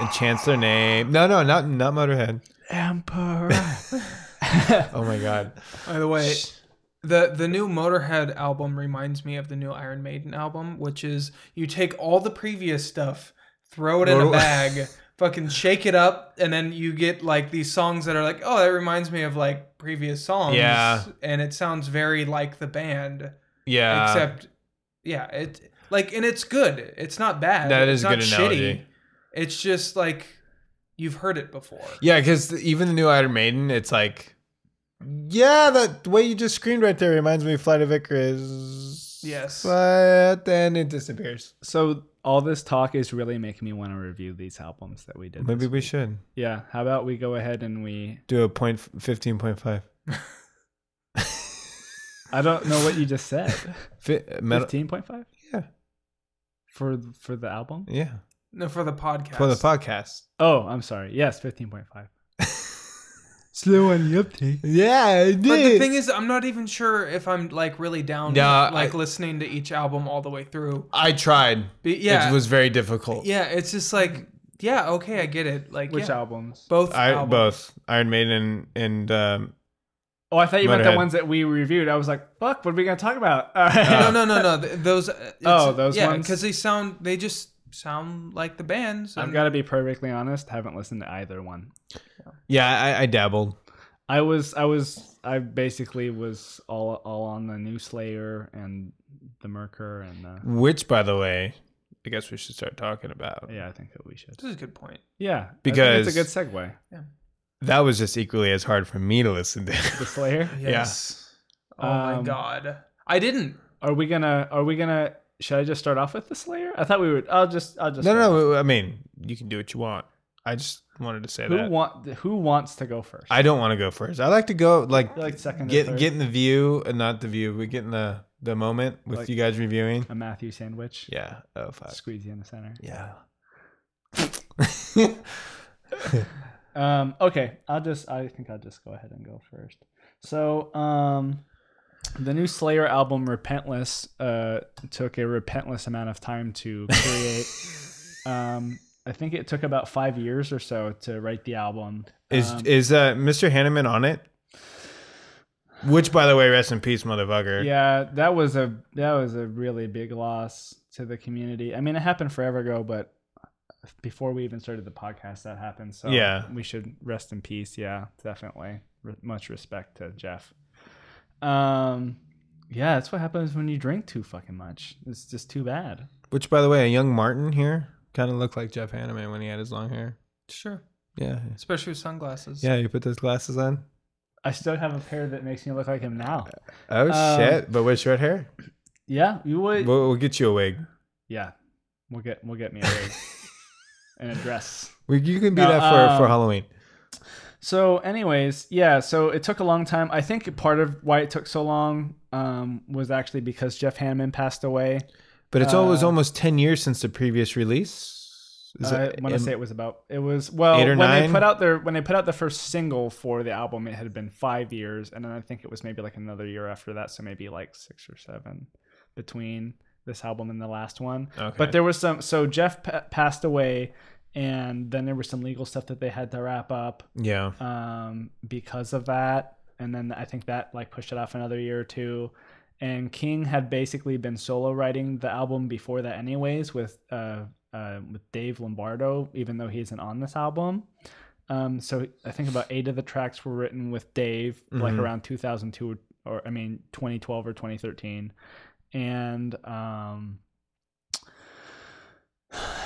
[SPEAKER 2] and chants their name. No, no, not not Motorhead.
[SPEAKER 3] "Emperor."
[SPEAKER 2] Oh my god.
[SPEAKER 1] By the way, the the new Motorhead album reminds me of the new Iron Maiden album, which is you take all the previous stuff, throw it in a
[SPEAKER 2] Throw- <laughs>
[SPEAKER 1] bag, fucking shake it up, and then you get like these songs that are like, oh, that reminds me of like previous songs.
[SPEAKER 2] Yeah.
[SPEAKER 1] And it sounds very like the band,
[SPEAKER 2] Yeah.
[SPEAKER 1] <laughs> except yeah, it like and it's good. It's not bad.
[SPEAKER 2] That
[SPEAKER 1] it's
[SPEAKER 2] is a
[SPEAKER 1] not
[SPEAKER 2] good analogy.
[SPEAKER 1] It's just like you've heard it before.
[SPEAKER 2] yeah, because even the new Iron Maiden, it's like, yeah, that way you just screamed right there reminds me of Flight of Icarus.
[SPEAKER 1] Yes.
[SPEAKER 2] But then it disappears.
[SPEAKER 3] so all this talk is really making me want to review these albums that we did. this
[SPEAKER 2] Maybe
[SPEAKER 3] week.
[SPEAKER 2] we should
[SPEAKER 3] yeah. How about we go ahead and we?
[SPEAKER 2] do a point fifteen point five.
[SPEAKER 3] I don't know what you just said.
[SPEAKER 2] Fit, <laughs> uh, metal,
[SPEAKER 3] Fifteen point five.
[SPEAKER 2] Yeah.
[SPEAKER 3] For for the album.
[SPEAKER 2] yeah,
[SPEAKER 1] No, for the podcast.
[SPEAKER 2] for the podcast.
[SPEAKER 3] Oh, I'm sorry. Yes, fifteen point five. Slow on the uptake.
[SPEAKER 2] Yeah, I did.
[SPEAKER 1] But the thing is, I'm not even sure if I'm like really down with,
[SPEAKER 2] Yeah,
[SPEAKER 1] like
[SPEAKER 2] I-
[SPEAKER 1] listening to each album all the way through.
[SPEAKER 2] I tried.
[SPEAKER 1] But yeah,
[SPEAKER 2] It was very difficult.
[SPEAKER 1] yeah, it's just like yeah, okay, I get it. Like
[SPEAKER 3] Which
[SPEAKER 1] yeah,
[SPEAKER 3] albums?
[SPEAKER 1] both
[SPEAKER 2] I
[SPEAKER 1] albums.
[SPEAKER 2] both Iron Maiden and um,
[SPEAKER 3] Oh, I thought you meant the
[SPEAKER 2] Motorhead.
[SPEAKER 3] ones that we reviewed. I was like, fuck, what are we gonna talk about? <laughs>
[SPEAKER 2] Uh,
[SPEAKER 3] All right.
[SPEAKER 1] no, <laughs> no, no, no. th- Those.
[SPEAKER 3] <laughs>
[SPEAKER 1] uh, it's-
[SPEAKER 3] Oh, those
[SPEAKER 1] yeah,
[SPEAKER 3] ones?
[SPEAKER 1] because they sound. They just sound like the bands.
[SPEAKER 3] I've
[SPEAKER 1] and-
[SPEAKER 3] got to be perfectly honest. Haven't listened to either one.
[SPEAKER 2] yeah, I, I dabbled.
[SPEAKER 3] I was, I was, I basically was all, all on the new Slayer and the Merker and uh,
[SPEAKER 2] Which, by the way, I guess we should start talking about.
[SPEAKER 3] yeah, I think that we should.
[SPEAKER 1] This is a good point.
[SPEAKER 3] Yeah,
[SPEAKER 2] Because-
[SPEAKER 3] it's a good segue.
[SPEAKER 2] That was just equally as hard for me to listen <laughs> to.
[SPEAKER 3] The Slayer.
[SPEAKER 1] Yes. Oh my
[SPEAKER 3] Um,
[SPEAKER 1] god. I didn't.
[SPEAKER 3] Are we gonna? Are we gonna? Should I just start off with the Slayer? I thought we would. I'll just. I'll just.
[SPEAKER 2] no,
[SPEAKER 3] start
[SPEAKER 2] no,
[SPEAKER 3] off.
[SPEAKER 2] no. I mean, you can do what you want. I just wanted to say
[SPEAKER 3] Who
[SPEAKER 2] that.
[SPEAKER 3] want? Who wants to go first?
[SPEAKER 2] I don't want to go first. I like to go like,
[SPEAKER 3] like second. or
[SPEAKER 2] get
[SPEAKER 3] third?
[SPEAKER 2] get in the view and not the view. We get in the the moment with
[SPEAKER 3] Like-
[SPEAKER 2] you guys reviewing.
[SPEAKER 3] a Matthew sandwich.
[SPEAKER 2] Yeah. Oh fuck.
[SPEAKER 3] Squeeze you in the center.
[SPEAKER 2] Yeah.
[SPEAKER 3] Um, okay, I'll just. I think I'll just go ahead and go first. So, um, the new Slayer album, Repentless, uh, took a repentless amount of time to
[SPEAKER 2] <laughs>
[SPEAKER 3] create. um, I think it took about five years or so to write the album.
[SPEAKER 2] Is
[SPEAKER 3] Um,
[SPEAKER 2] is uh, Mr. Hanneman on it? Which, by the way, rest in peace, motherfucker.
[SPEAKER 3] yeah, that was a that was a really big loss to the community. I mean, it happened forever ago, but before we even started the podcast, that happened. So
[SPEAKER 2] Yeah.
[SPEAKER 3] we should rest in peace. Yeah, definitely. Re- much respect to Jeff. Um, yeah, that's what happens when you drink too fucking much. It's just too bad.
[SPEAKER 2] Which, by the way, a young Martin here kind of looked like Jeff Hanneman when he had his long hair.
[SPEAKER 1] Sure.
[SPEAKER 2] Yeah.
[SPEAKER 1] Especially with sunglasses.
[SPEAKER 2] Yeah, you put those glasses on.
[SPEAKER 3] I still have a pair that makes me look like him now.
[SPEAKER 2] Oh
[SPEAKER 3] Um,
[SPEAKER 2] shit! But with short hair,
[SPEAKER 3] Yeah, you would.
[SPEAKER 2] we'll, we'll get you a wig.
[SPEAKER 3] Yeah, we'll get we'll get me
[SPEAKER 2] <laughs>
[SPEAKER 3] a wig and a dress.
[SPEAKER 2] We, you can do
[SPEAKER 3] No,
[SPEAKER 2] that for for
[SPEAKER 3] um,
[SPEAKER 2] Halloween.
[SPEAKER 3] So, anyways, yeah. So it took a long time. I think part of why it took so long um, was actually because Jeff Hanneman passed away.
[SPEAKER 2] But it's always
[SPEAKER 3] uh,
[SPEAKER 2] almost ten years since the previous release. Is
[SPEAKER 3] I
[SPEAKER 2] it-
[SPEAKER 3] want
[SPEAKER 2] am-
[SPEAKER 3] to say it was about it was well
[SPEAKER 2] Eight or
[SPEAKER 3] when they
[SPEAKER 2] nine?
[SPEAKER 3] put out their when they put out the first single for the album, it had been five years, and then I think it was maybe like another year after that, so maybe like six or seven between this album and the last one.
[SPEAKER 2] Okay.
[SPEAKER 3] But there was some. So Jeff pa- passed away, and then there was some legal stuff that they had to wrap up.
[SPEAKER 2] yeah.
[SPEAKER 3] um, because of that. And then I think that like pushed it off another year or two. And King had basically been solo writing the album before that, anyways, with uh, uh, with Dave Lombardo, even though he isn't on this album. Um, so I think about eight of the tracks were written with Dave, like
[SPEAKER 2] Mhm.
[SPEAKER 3] around 2002 or, I mean 2012 or 2013, and um, <sighs>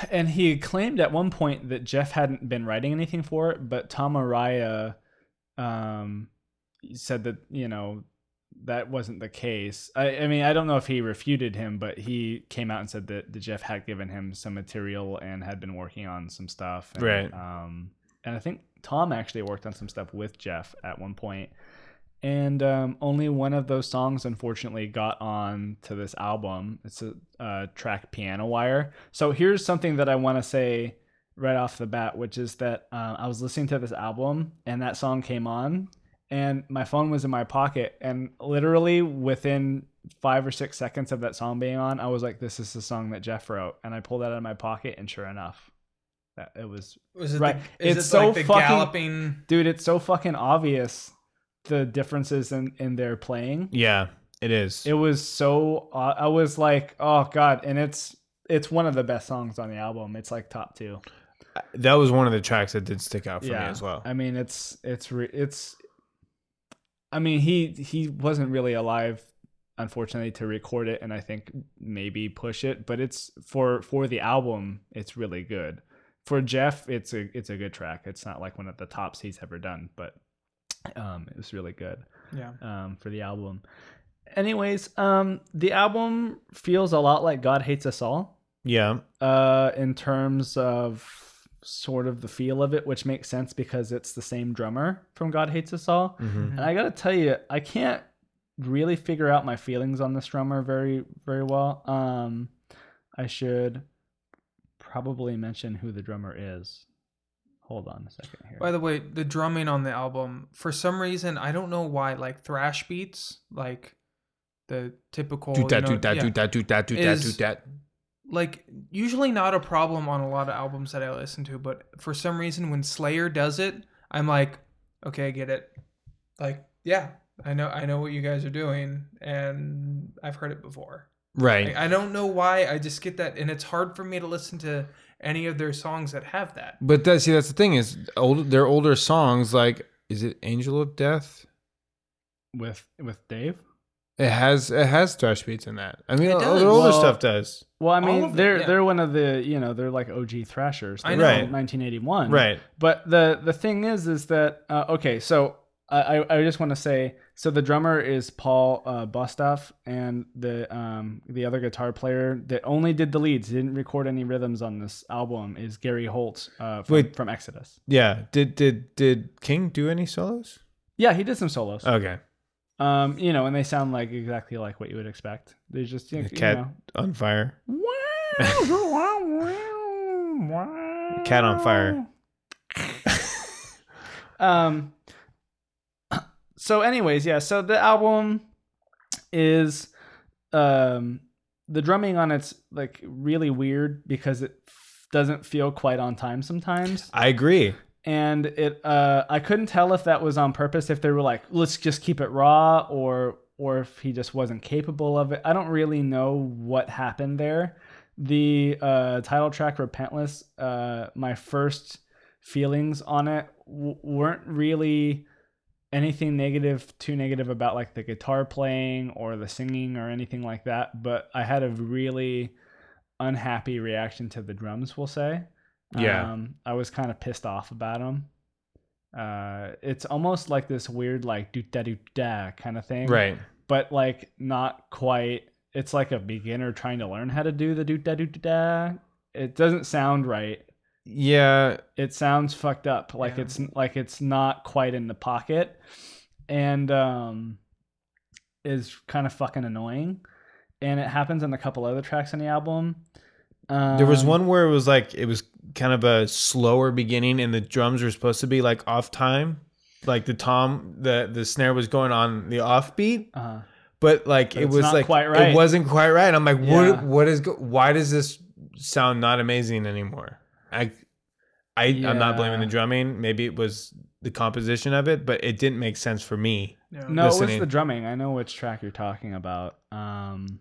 [SPEAKER 3] and he claimed at one point that Jeff hadn't been writing anything for it, but Tom Araya um, said that you know that wasn't the case. I, I mean, I don't know if he refuted him, but he came out and said that, that Jeff had given him some material and had been working on some stuff. And,
[SPEAKER 2] Right.
[SPEAKER 3] Um, and I think Tom actually worked on some stuff with Jeff at one point. And um, only one of those songs, unfortunately, got on to this album. It's a uh, track Piano Wire. So here's something that I want to say right off the bat, which is that uh, I was listening to this album and that song came on, and my phone was in my pocket. And literally within five or six seconds of that song being on, I was like, this is the song that Jeff wrote. And I pulled that out of my pocket, and sure enough, that, it was
[SPEAKER 1] Was it
[SPEAKER 3] Right.
[SPEAKER 1] The, is
[SPEAKER 3] It's
[SPEAKER 1] it
[SPEAKER 3] so
[SPEAKER 1] like the
[SPEAKER 3] fucking-
[SPEAKER 1] galloping.
[SPEAKER 3] dude it's so fucking obvious the differences in in their playing
[SPEAKER 2] Yeah. It is.
[SPEAKER 3] it was so uh, i was like oh god and it's it's one of the best songs on the album it's like top two
[SPEAKER 2] that was one of the tracks that did stick out for me
[SPEAKER 3] yeah
[SPEAKER 2] as well.
[SPEAKER 3] i mean it's it's re- it's i mean he he wasn't really alive unfortunately to record it and i think maybe push it but it's for for the album it's really good for jeff it's a it's a good track it's not like one of the tops he's ever done but um it was really good
[SPEAKER 1] Yeah.
[SPEAKER 3] um, for the album. Anyways, um, the album feels a lot like God Hates Us All
[SPEAKER 2] yeah.
[SPEAKER 3] uh, in terms of sort of the feel of it, which makes sense because it's the same drummer from God Hates Us All.
[SPEAKER 2] hmm
[SPEAKER 3] And I gotta tell you, I can't really figure out my feelings on this drummer very, very well. Um, I should probably mention who the drummer is. Hold on a second here.
[SPEAKER 1] By the way, the drumming on the album, for some reason, I don't know why, like thrash beats, like the typical
[SPEAKER 2] Do
[SPEAKER 1] you
[SPEAKER 2] that,
[SPEAKER 1] know,
[SPEAKER 2] do that,
[SPEAKER 1] yeah,
[SPEAKER 2] do that, do that, do that, do
[SPEAKER 1] Is-
[SPEAKER 2] that.
[SPEAKER 1] like usually not a problem on a lot of albums that I listen to, but for some reason when Slayer does it, I'm like, okay, I get it. Like, yeah, I know I know what you guys are doing and I've heard it before.
[SPEAKER 2] Right.
[SPEAKER 1] Like, I don't know why I just get that and it's hard for me to listen to any of their songs that have that.
[SPEAKER 2] But that, see, that's the thing is old, their older songs, like, is it Angel of Death?
[SPEAKER 3] With with Dave.
[SPEAKER 2] It has it has thrash beats in that. I mean,
[SPEAKER 1] It
[SPEAKER 2] all
[SPEAKER 1] does.
[SPEAKER 2] their older
[SPEAKER 3] Well-
[SPEAKER 2] stuff does.
[SPEAKER 3] Well, I
[SPEAKER 1] All
[SPEAKER 3] mean,
[SPEAKER 1] of them,
[SPEAKER 3] they're
[SPEAKER 1] yeah.
[SPEAKER 3] they're one of the you know they're like OG thrashers.
[SPEAKER 1] I
[SPEAKER 3] They're
[SPEAKER 1] know.
[SPEAKER 3] from 1981.
[SPEAKER 2] Right.
[SPEAKER 3] But the the thing is, is that uh, okay? So I I I just want to say so the drummer is Paul uh, Bostoff, and the um the other guitar player that only did the leads, didn't record any rhythms on this album, is Gary Holt uh, from,
[SPEAKER 2] Wait.
[SPEAKER 3] from Exodus.
[SPEAKER 2] Yeah. Did did did King do any solos?
[SPEAKER 3] Yeah, he did some solos.
[SPEAKER 2] Okay. Oh.
[SPEAKER 3] um, you know, and they sound like exactly like what you would expect. There's just you,
[SPEAKER 2] The
[SPEAKER 3] you
[SPEAKER 2] cat
[SPEAKER 3] know.
[SPEAKER 2] on fire.
[SPEAKER 3] Cat
[SPEAKER 2] Cat on fire.
[SPEAKER 3] <laughs> um. So, anyways, yeah. So the album is, um, the drumming on it's like really weird because it f- doesn't feel quite on time sometimes,
[SPEAKER 2] I agree.
[SPEAKER 3] and it uh, I couldn't tell if that was on purpose. If they were like, let's just keep it raw, or or if he just wasn't capable of it. I don't really know what happened there the uh, title track repentless uh, my first feelings on it w- weren't really anything negative too negative about like the guitar playing or the singing or anything like that but i had a really unhappy reaction to the drums we'll say
[SPEAKER 2] Yeah.
[SPEAKER 3] um, i was kind of pissed off about them uh, it's almost like this weird like do da do da kind of thing
[SPEAKER 2] Right.
[SPEAKER 3] but like not quite. It's like a beginner trying to learn how to do the do da do da da. It doesn't sound right.
[SPEAKER 2] Yeah.
[SPEAKER 3] It sounds fucked up. Like
[SPEAKER 1] Yeah.
[SPEAKER 3] it's like it's not quite in the pocket, and um, is kind of fucking annoying. And it happens on a couple other tracks on the album. Um,
[SPEAKER 2] There was one where it was like it was kind of a slower beginning, and the drums were supposed to be like off time, like the tom the the snare was going on the off beat,
[SPEAKER 3] Uh,
[SPEAKER 2] but like
[SPEAKER 3] But
[SPEAKER 2] it
[SPEAKER 3] it's
[SPEAKER 2] was
[SPEAKER 3] not
[SPEAKER 2] like
[SPEAKER 3] quite right.
[SPEAKER 2] it wasn't quite right. I'm like,
[SPEAKER 3] Yeah.
[SPEAKER 2] what what is go- why does this sound not amazing anymore? I I I'm not blaming the
[SPEAKER 3] Yeah.
[SPEAKER 2] drumming. Maybe it was the composition of it, but it didn't make sense for me.
[SPEAKER 1] No.
[SPEAKER 3] no, it was
[SPEAKER 2] listening.
[SPEAKER 3] the drumming. I know which track you're talking about. Um,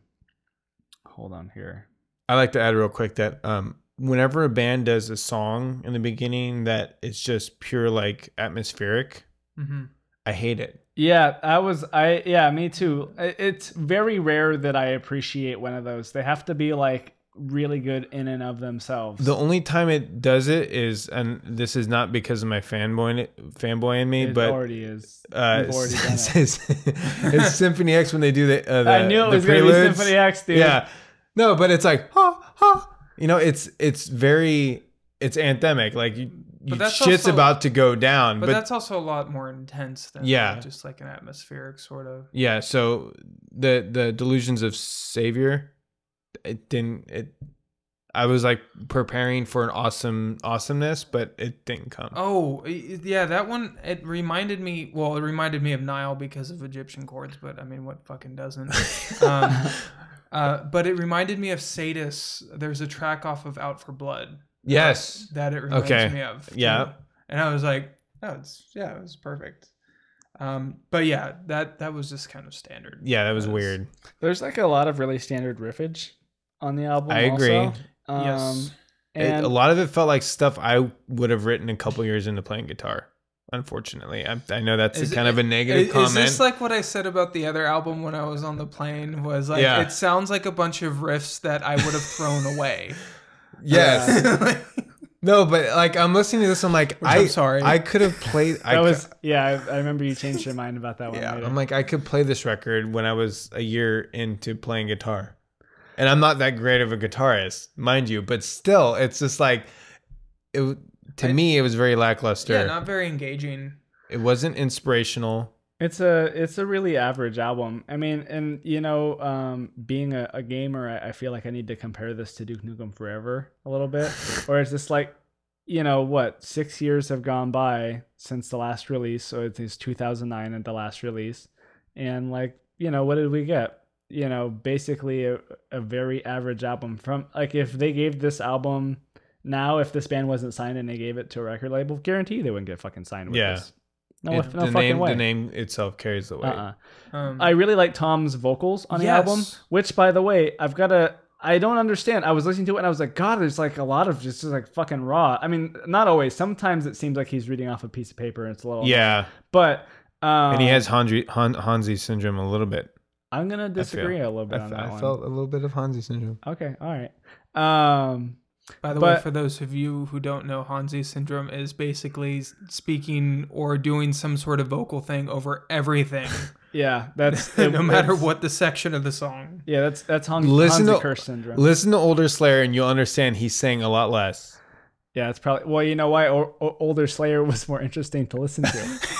[SPEAKER 3] hold on here.
[SPEAKER 2] I like to add real quick that um, whenever a band does a song in the beginning that it's just pure like atmospheric,
[SPEAKER 1] Mm-hmm.
[SPEAKER 2] I hate it.
[SPEAKER 3] Yeah, I was. I yeah, me too. I- It's very rare that I appreciate one of those. They have to be like really good in and of themselves.
[SPEAKER 2] The only time it does it is, and this is not because of my fanboy fanboy in me,
[SPEAKER 3] it
[SPEAKER 2] but
[SPEAKER 3] already is.
[SPEAKER 2] uh, <laughs>
[SPEAKER 3] You've already done
[SPEAKER 2] it's,
[SPEAKER 3] it.
[SPEAKER 2] it's Symphony X when they do the. Uh, the
[SPEAKER 3] I knew it
[SPEAKER 2] the
[SPEAKER 3] was going to be
[SPEAKER 2] preludes.
[SPEAKER 3] Symphony X, dude.
[SPEAKER 2] Yeah, no, but it's like ha ha. You know, it's it's very it's anthemic. Like you, you
[SPEAKER 1] that's
[SPEAKER 2] shit's
[SPEAKER 1] also-
[SPEAKER 2] about to go down,
[SPEAKER 1] But,
[SPEAKER 2] but,
[SPEAKER 1] that's also a lot more intense than
[SPEAKER 2] Yeah.
[SPEAKER 1] just like an atmospheric sort of.
[SPEAKER 2] Yeah, so the the delusions of savior it didn't it I was like preparing for an awesome awesomeness, but it didn't come.
[SPEAKER 1] Oh, i- i- yeah, that one it reminded me, well, it reminded me of Nile because of Egyptian chords, but I mean, what fucking
[SPEAKER 2] <laughs>
[SPEAKER 1] doesn't? um, uh, but it reminded me of Sadis. There's a track off of Out for Blood
[SPEAKER 2] yes.
[SPEAKER 1] that it reminds
[SPEAKER 2] Okay.
[SPEAKER 1] me of.
[SPEAKER 2] Yeah.
[SPEAKER 1] too. And I was like, oh, it's yeah, it was perfect. Um, but yeah, that that was just kind of standard.
[SPEAKER 2] Yeah, that was
[SPEAKER 1] That's-
[SPEAKER 2] weird.
[SPEAKER 3] There's like a lot of really standard riffage on the album.
[SPEAKER 2] I agree.
[SPEAKER 3] also. Um,
[SPEAKER 1] Yes.
[SPEAKER 2] It,
[SPEAKER 3] And
[SPEAKER 2] a lot of it felt like stuff I would have written a couple years into playing guitar. Unfortunately, I, I know that's
[SPEAKER 1] Is
[SPEAKER 2] a kind
[SPEAKER 1] it-
[SPEAKER 2] of a
[SPEAKER 1] Is,
[SPEAKER 2] negative
[SPEAKER 1] is
[SPEAKER 2] comment.
[SPEAKER 1] this like what I said about the other album when I was on the plane? Was like
[SPEAKER 2] Yeah.
[SPEAKER 1] it sounds like a bunch of riffs that I would have
[SPEAKER 2] <laughs>
[SPEAKER 1] thrown away.
[SPEAKER 2] yes,
[SPEAKER 1] Like,
[SPEAKER 2] no, but like I'm listening to this, I'm like,
[SPEAKER 1] I'm
[SPEAKER 2] I,
[SPEAKER 1] sorry.
[SPEAKER 2] I could have played. I,
[SPEAKER 3] that
[SPEAKER 2] c-
[SPEAKER 3] was yeah. I, I remember you changed your mind about
[SPEAKER 2] Oh,
[SPEAKER 3] that one.
[SPEAKER 1] Yeah,
[SPEAKER 3] later.
[SPEAKER 2] I'm like, I could play this record when I was a year into playing guitar. And I'm not that great of a guitarist, mind you, but still, it's just like, it, w- to
[SPEAKER 1] I-
[SPEAKER 2] me, it was very lackluster.
[SPEAKER 1] yeah, not very engaging.
[SPEAKER 2] it wasn't inspirational.
[SPEAKER 3] It's a it's a really average album. I mean, and you know, um, being a,
[SPEAKER 2] <laughs>
[SPEAKER 3] a gamer, I, I feel like I need to compare this to Duke Nukem Forever a little bit, or it's just like, you know what? Six years have gone by since the last release. So it is 2009 at the last release, and like you know, what did we get? You know, basically a, a very average album from like if they gave this album now, if this band wasn't signed and they gave it to a record label, guarantee they wouldn't get fucking signed with
[SPEAKER 2] Yeah.
[SPEAKER 3] this. No,
[SPEAKER 2] It-
[SPEAKER 3] no
[SPEAKER 2] the
[SPEAKER 3] fucking
[SPEAKER 2] name,
[SPEAKER 3] way.
[SPEAKER 2] The name itself carries the weight.
[SPEAKER 3] Uh-uh.
[SPEAKER 1] Um,
[SPEAKER 3] I really like Tom's vocals on the
[SPEAKER 1] Yes.
[SPEAKER 3] album, which by the way, I've got to I don't understand. I was listening to it and I was like, God, there's like a lot of just, just like fucking raw. I mean, not always. Sometimes it seems like he's reading off a piece of paper and it's a little
[SPEAKER 2] Yeah,
[SPEAKER 3] But um,
[SPEAKER 2] and he has Hanzi, Han, Hanzi syndrome a little bit.
[SPEAKER 3] I'm gonna disagree a little
[SPEAKER 2] I,
[SPEAKER 3] bit on
[SPEAKER 2] f-
[SPEAKER 3] that
[SPEAKER 2] I
[SPEAKER 3] one.
[SPEAKER 2] felt a little bit of Hanzi syndrome.
[SPEAKER 3] Okay, all right. Um,
[SPEAKER 1] By the way,
[SPEAKER 3] But-
[SPEAKER 1] for those of you who don't know, Hanzi syndrome is basically s- speaking or doing some sort of vocal thing over everything,
[SPEAKER 2] <laughs>
[SPEAKER 1] <laughs>
[SPEAKER 3] yeah, that's
[SPEAKER 1] no matter
[SPEAKER 3] that's-
[SPEAKER 1] what the section of the song.
[SPEAKER 3] Yeah, that's that's Hans,
[SPEAKER 2] Listen
[SPEAKER 3] Hansi
[SPEAKER 2] to-
[SPEAKER 3] Kirsch syndrome.
[SPEAKER 2] Listen to older Slayer, and you'll understand he's saying a lot less.
[SPEAKER 3] Yeah, it's probably well. You know why o- o- older Slayer was more interesting to listen to.
[SPEAKER 2] <laughs>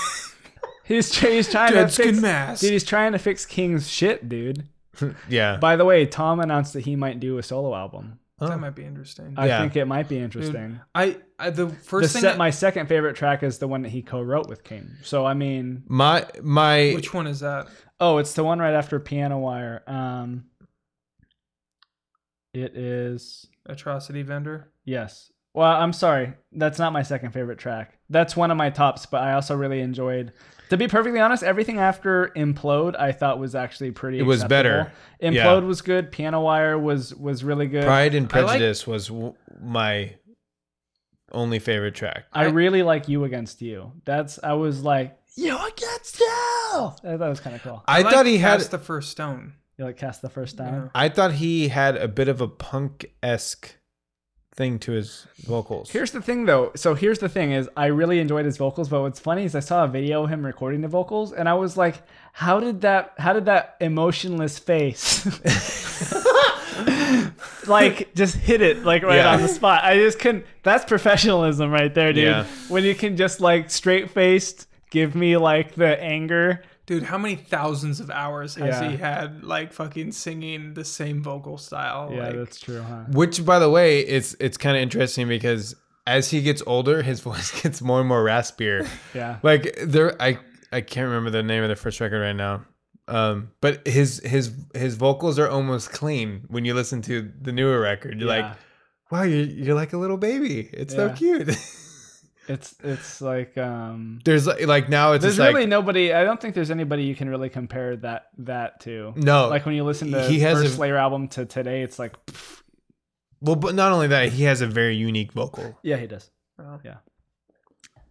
[SPEAKER 3] he's tr- he's trying
[SPEAKER 1] Dead
[SPEAKER 3] to
[SPEAKER 1] skin
[SPEAKER 3] fix,
[SPEAKER 1] mask.
[SPEAKER 3] dude. He's trying to fix King's shit, dude.
[SPEAKER 2] Yeah,
[SPEAKER 3] By the way, Tom announced that he might do a solo album.
[SPEAKER 1] That
[SPEAKER 2] Oh.
[SPEAKER 1] might be interesting.
[SPEAKER 3] I
[SPEAKER 2] Yeah.
[SPEAKER 3] think it might be interesting.
[SPEAKER 1] I, I the
[SPEAKER 3] The
[SPEAKER 1] first thing.
[SPEAKER 3] set,
[SPEAKER 1] that-
[SPEAKER 3] my second favorite track is the one that he co-wrote with King. So I mean,
[SPEAKER 2] my my
[SPEAKER 1] which one is that?
[SPEAKER 3] oh, it's the one right after Piano Wire. Um, it is
[SPEAKER 1] Atrocity Vendor.
[SPEAKER 3] Yes. Well, I'm sorry. That's not my second favorite track. That's one of my tops, but I also really enjoyed. To be perfectly honest, everything after Implode I thought was actually pretty.
[SPEAKER 2] It was better.
[SPEAKER 3] acceptable.
[SPEAKER 2] Yeah.
[SPEAKER 3] Implode was good. Piano Wire was was really good.
[SPEAKER 2] Pride and
[SPEAKER 1] I like-
[SPEAKER 2] Prejudice was w- my only favorite track.
[SPEAKER 3] I really like You Against You. That's I was like You Against You. I thought that was kind of cool.
[SPEAKER 2] I,
[SPEAKER 1] like
[SPEAKER 2] thought he had.
[SPEAKER 1] Cast the first stone.
[SPEAKER 3] You like cast the first
[SPEAKER 1] you
[SPEAKER 3] time.
[SPEAKER 1] know.
[SPEAKER 2] I thought he had a bit of a punk esque thing to his vocals.
[SPEAKER 3] Here's the thing though. So here's the thing is I really enjoyed his vocals, but what's funny is I saw a video of him recording the vocals and I was like, how did that how did that emotionless face <laughs> like just hit it like right
[SPEAKER 2] Yeah.
[SPEAKER 3] on the spot. I just couldn't that's professionalism right there, dude.
[SPEAKER 2] Yeah.
[SPEAKER 3] When you can just like straight faced give me like the anger.
[SPEAKER 1] Dude, how many thousands of hours has
[SPEAKER 3] Yeah.
[SPEAKER 1] he had like fucking singing the same vocal style?
[SPEAKER 3] Yeah,
[SPEAKER 1] like,
[SPEAKER 3] that's true, huh?
[SPEAKER 2] Which, by the way, it's it's kind of interesting because as he gets older, his <laughs> voice gets more and more raspier.
[SPEAKER 3] Yeah.
[SPEAKER 2] like there, I I can't remember the name of the first record right now. Um, but his his his vocals are almost clean when you listen to the newer record. You're
[SPEAKER 3] Yeah.
[SPEAKER 2] like, wow, you're you're like a little baby. It's so
[SPEAKER 3] Yeah.
[SPEAKER 2] cute. <laughs>
[SPEAKER 3] It's it's like um
[SPEAKER 2] There's like, like now it's
[SPEAKER 3] there's
[SPEAKER 2] just like
[SPEAKER 3] really nobody I don't think there's anybody you can really compare that that to.
[SPEAKER 2] no
[SPEAKER 3] like when you listen to
[SPEAKER 2] he has
[SPEAKER 3] first
[SPEAKER 2] a-
[SPEAKER 3] Slayer album to today, it's like pff,
[SPEAKER 2] Well, but not only that, he has a very unique vocal.
[SPEAKER 3] yeah, he does.
[SPEAKER 1] well.
[SPEAKER 3] Yeah.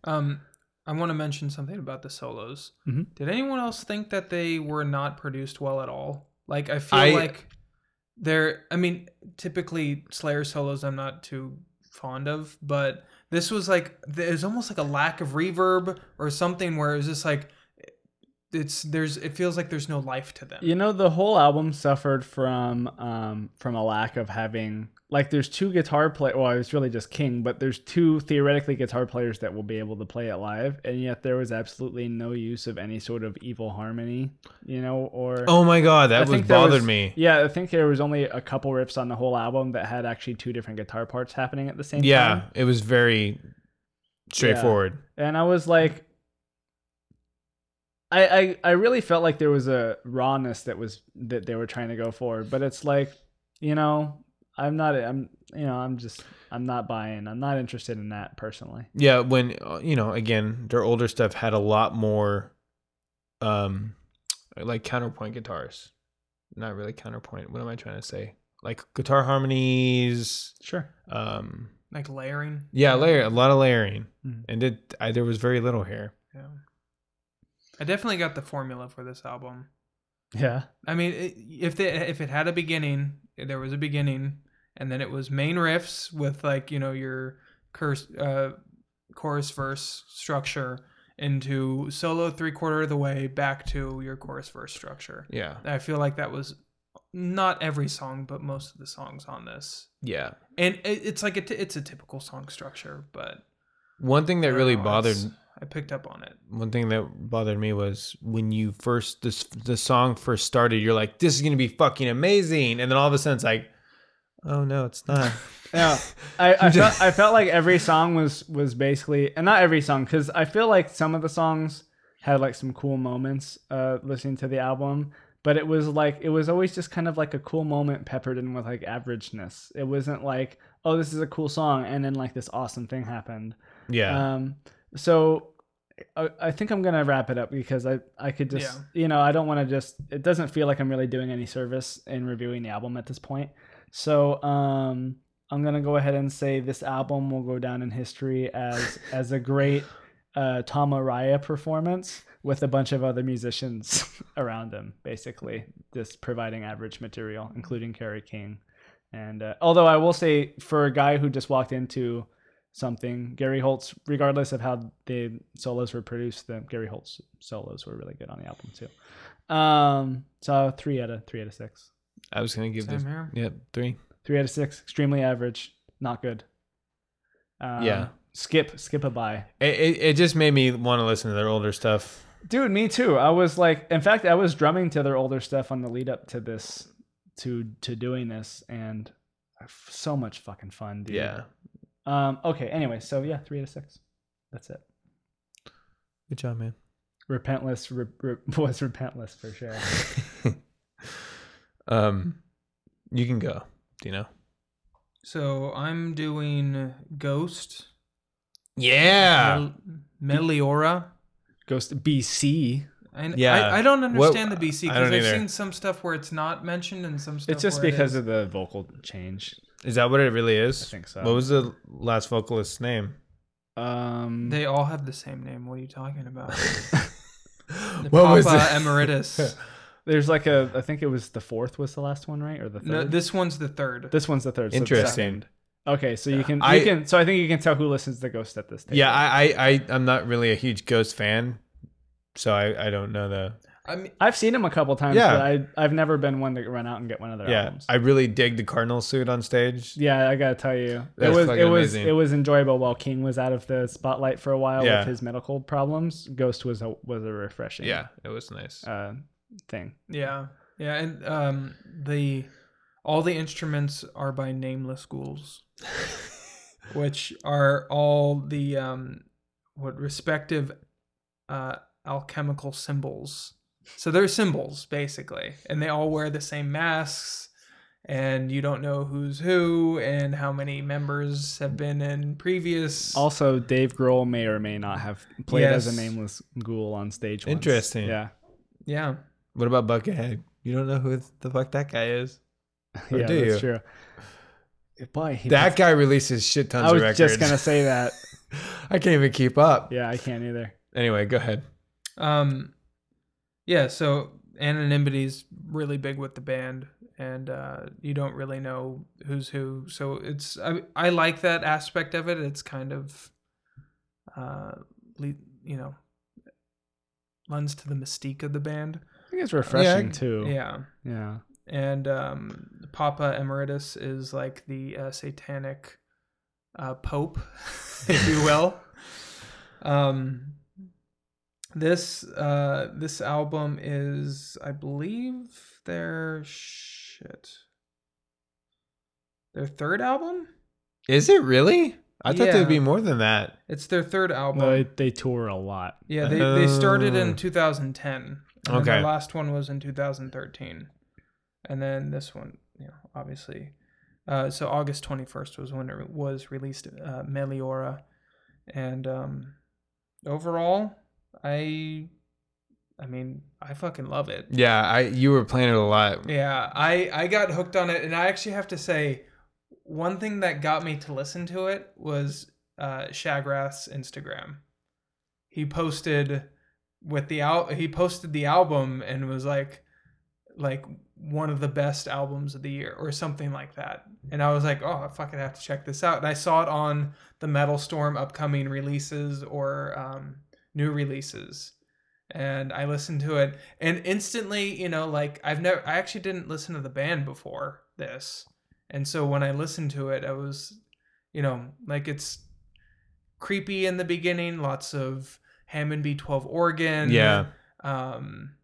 [SPEAKER 1] Um, I want to mention something about the solos.
[SPEAKER 3] Mhm.
[SPEAKER 1] Did anyone else think that they were not produced well at all? Like, I feel
[SPEAKER 2] I-
[SPEAKER 1] like they're. I mean, typically Slayer solos I'm not too fond of, but this was like there's almost like a lack of reverb or something where it was just like it's there's it feels like there's no life to them.
[SPEAKER 3] You know, the whole album suffered from um from a lack of having like there's two guitar play well, it's really just King, but there's two theoretically guitar players that will be able to play it live, and yet there was absolutely no use of any sort of evil harmony, you know, or
[SPEAKER 2] Oh my god,
[SPEAKER 3] I
[SPEAKER 2] that was
[SPEAKER 3] think there
[SPEAKER 2] bothered
[SPEAKER 3] was-
[SPEAKER 2] me.
[SPEAKER 3] Yeah, I think there was only a couple riffs on the whole album that had actually two different guitar parts happening at the same time.
[SPEAKER 2] Yeah, it was very straightforward.
[SPEAKER 3] and I was like, I, I I really felt like there was a rawness that was that they were trying to go for, but it's like, you know, I'm not, I'm you know, I'm just, I'm not buying, I'm not interested in that personally.
[SPEAKER 2] Yeah, when uh, you know, again, their older stuff had a lot more, um, like counterpoint guitars. Not really counterpoint. What am I trying to say? Like guitar harmonies.
[SPEAKER 3] Sure.
[SPEAKER 2] Um,
[SPEAKER 1] like layering.
[SPEAKER 2] yeah, Mm. layer a lot of layering,
[SPEAKER 3] Mhm.
[SPEAKER 2] and it I, there was very little here.
[SPEAKER 1] Yeah. I definitely got the formula for this album.
[SPEAKER 3] Yeah.
[SPEAKER 1] I mean, i- if they if it had a beginning, there was a beginning, and then it was main riffs with like you know your curse, uh, chorus verse structure into solo three quarter of the way back to your chorus verse structure.
[SPEAKER 2] Yeah,
[SPEAKER 1] I feel like that was not every song, but most of the songs on this,
[SPEAKER 2] yeah.
[SPEAKER 1] and it, it's like a t- it's a typical song structure, but
[SPEAKER 2] One thing
[SPEAKER 1] I
[SPEAKER 2] that
[SPEAKER 1] don't
[SPEAKER 2] really
[SPEAKER 1] know,
[SPEAKER 2] bothered
[SPEAKER 1] it's- I picked up on it.
[SPEAKER 2] one thing that bothered me was when you first this the song first started you're like this is gonna be fucking amazing and then all of a sudden it's like Oh no, it's <laughs> not.
[SPEAKER 3] Yeah, I, I felt I felt like every song was was basically, and not every song, because I feel like some of the songs had like some cool moments uh, listening to the album, but it was like it was always just kind of like a cool moment peppered in with like averageness. It wasn't like oh this is a cool song and then like this awesome thing happened.
[SPEAKER 2] Yeah.
[SPEAKER 3] Um, so I, I think I'm gonna wrap it up because I I could just you know I don't want to just it doesn't feel like I'm really doing any service in reviewing the album at this point. So um, I'm gonna go ahead and say this album will go down in history as as a great uh, Tom Araya performance with a bunch of other musicians <laughs> around him, basically just providing average material, including Kerry King. And uh, although I will say, for a guy who just walked into something, Gary Holtz, regardless of how the solos were produced, the Gary Holtz solos were really good on the album too. Um, so three out of three out of six.
[SPEAKER 2] I was gonna give
[SPEAKER 1] Same
[SPEAKER 2] this.
[SPEAKER 1] here.
[SPEAKER 2] Yep, three.
[SPEAKER 3] Three out of six, extremely average, not good. Uh,
[SPEAKER 2] Yeah.
[SPEAKER 3] skip, skip a buy,
[SPEAKER 2] It, it, it just made me want to listen to their older stuff.
[SPEAKER 3] dude. Me too. I was like, in fact, I was drumming to their older stuff on the lead up to this, to to doing this, and f- so much fucking fun, dude.
[SPEAKER 2] Yeah.
[SPEAKER 3] Um. Okay. Anyway, so yeah, three out of six. That's it.
[SPEAKER 2] Good job, <laughs> man.
[SPEAKER 3] Repentless re- re- <laughs> was repentless for sure.
[SPEAKER 2] um, you can go. Do you know?
[SPEAKER 1] So I'm doing Ghost,
[SPEAKER 2] Yeah.
[SPEAKER 1] Mel- Meliora.
[SPEAKER 3] Ghost BC.
[SPEAKER 1] And
[SPEAKER 2] Yeah.
[SPEAKER 1] I, I don't
[SPEAKER 2] What-
[SPEAKER 1] understand the BC
[SPEAKER 2] I
[SPEAKER 1] because
[SPEAKER 2] don't
[SPEAKER 1] I've
[SPEAKER 2] either.
[SPEAKER 1] seen some stuff where it's not mentioned and some stuff.
[SPEAKER 3] It's just
[SPEAKER 1] where it
[SPEAKER 3] because
[SPEAKER 1] is.
[SPEAKER 3] of the vocal change.
[SPEAKER 2] Is that what it really
[SPEAKER 3] I
[SPEAKER 2] is?
[SPEAKER 3] think so.
[SPEAKER 2] What was the last vocalist's
[SPEAKER 3] <laughs>
[SPEAKER 2] name?
[SPEAKER 3] um?
[SPEAKER 1] they all have the same name. What are you talking about? The
[SPEAKER 2] What was
[SPEAKER 1] Papa
[SPEAKER 2] it? <laughs>
[SPEAKER 1] Emeritus.
[SPEAKER 3] There's like a, I think it was the fourth was the last one, right? Or the third?
[SPEAKER 1] no, this one's the third.
[SPEAKER 3] this one's the third. so the
[SPEAKER 2] Interesting.
[SPEAKER 3] second. okay, so you can, you
[SPEAKER 2] I-
[SPEAKER 3] can, so I think you can tell who listens to Ghost at this table.
[SPEAKER 2] Yeah, I, I, I, I'm not really a huge Ghost fan, so I, I don't know the.
[SPEAKER 1] I mean,
[SPEAKER 3] I've seen him a couple times,
[SPEAKER 2] Yeah.
[SPEAKER 3] but I, I've never been one to run out and get one of their
[SPEAKER 2] yeah,
[SPEAKER 3] albums.
[SPEAKER 2] I really dig the Cardinal suit on stage.
[SPEAKER 3] yeah, I gotta tell you,
[SPEAKER 2] That's
[SPEAKER 3] it was,
[SPEAKER 2] fucking
[SPEAKER 3] it was,
[SPEAKER 2] amazing.
[SPEAKER 3] it was enjoyable while King was out of the spotlight for a while
[SPEAKER 2] Yeah.
[SPEAKER 3] with his medical problems. Ghost was a, was a refreshing,
[SPEAKER 2] Yeah, it was nice.
[SPEAKER 3] uh, thing.
[SPEAKER 1] yeah, yeah, and um, the all the instruments are by nameless ghouls, which are all the um, what respective uh, alchemical symbols. So they're symbols basically, and they all wear the same masks. And you don't know who's who and how many members have been in previous.
[SPEAKER 3] Also, Dave Grohl may or may not have played as
[SPEAKER 1] Yes.
[SPEAKER 3] a nameless ghoul on stage. Once.
[SPEAKER 2] Interesting.
[SPEAKER 3] Yeah.
[SPEAKER 1] yeah,
[SPEAKER 2] What about Buckethead? You don't know who the fuck that guy is. Or
[SPEAKER 3] <laughs> yeah,
[SPEAKER 2] do
[SPEAKER 3] that's
[SPEAKER 2] you?
[SPEAKER 3] true. Boy, he
[SPEAKER 2] That guy releases shit tons
[SPEAKER 3] I
[SPEAKER 2] of
[SPEAKER 3] was
[SPEAKER 2] records.
[SPEAKER 3] just
[SPEAKER 2] <laughs>
[SPEAKER 3] gonna say that.
[SPEAKER 2] I can't even keep up.
[SPEAKER 3] Yeah, I can't either.
[SPEAKER 2] Anyway, go ahead.
[SPEAKER 1] Um, yeah. So anonymity's really big with the band, and uh, you don't really know who's who. So it's I I like that aspect of it. It's kind of, uh, le- you know, lends to the mystique of the band.
[SPEAKER 3] I think it's refreshing
[SPEAKER 2] Yeah.
[SPEAKER 3] too.
[SPEAKER 1] Yeah.
[SPEAKER 3] Yeah.
[SPEAKER 1] And um, Papa Emeritus is like the uh, satanic uh, pope, <laughs> if you will. um, this uh, this album is, I believe, their shit. Their third album.
[SPEAKER 2] Is it really? I thought
[SPEAKER 1] Yeah.
[SPEAKER 2] there'd be more than that.
[SPEAKER 1] It's their third album.
[SPEAKER 3] Well, they, they tour a lot.
[SPEAKER 1] yeah, they, they started
[SPEAKER 2] Oh.
[SPEAKER 1] in 2010. And then
[SPEAKER 2] Okay.
[SPEAKER 1] The last one was in 2013, and then this one, you know, obviously. Uh, so August 21st was when it was released, uh, Meliora, and um, overall, I, I mean, I fucking love it.
[SPEAKER 2] Yeah, I you were playing it a lot.
[SPEAKER 1] Yeah, I I got hooked on it, and I actually have to say, one thing that got me to listen to it was uh, Shagrath's Instagram. He posted with the out he posted the album and was like, like one of the best albums of the year or something like that. And I was like, oh, I fucking have to check this out. And I saw it on the Metal Storm upcoming releases or um, new releases and I listened to it and instantly, you know, like I've never I actually didn't listen to the band before this. And so when I listened to it, I was you know, like it's creepy in the beginning, lots of Hammond B12 organ.
[SPEAKER 2] Yeah.
[SPEAKER 1] Um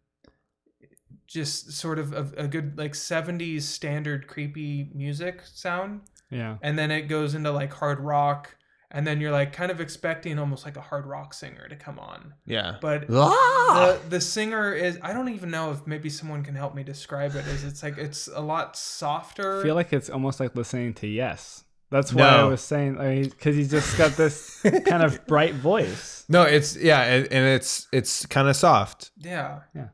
[SPEAKER 1] just sort of a, a good like 70s standard creepy music sound
[SPEAKER 3] Yeah.
[SPEAKER 1] and then it goes into like hard rock and then you're like kind of expecting almost like a hard rock singer to come on
[SPEAKER 2] Yeah.
[SPEAKER 1] but
[SPEAKER 2] Ah!
[SPEAKER 1] the, the singer is i don't even know if maybe someone can help me describe it is it's like it's a lot softer
[SPEAKER 3] I feel like it's almost like listening to Yes. That's why I
[SPEAKER 2] No.
[SPEAKER 3] was saying, because I mean, 'cause he's just got
[SPEAKER 2] <laughs>
[SPEAKER 3] this kind of bright voice.
[SPEAKER 2] No, it's yeah, and, and it's it's kind of soft.
[SPEAKER 1] yeah
[SPEAKER 3] Yeah.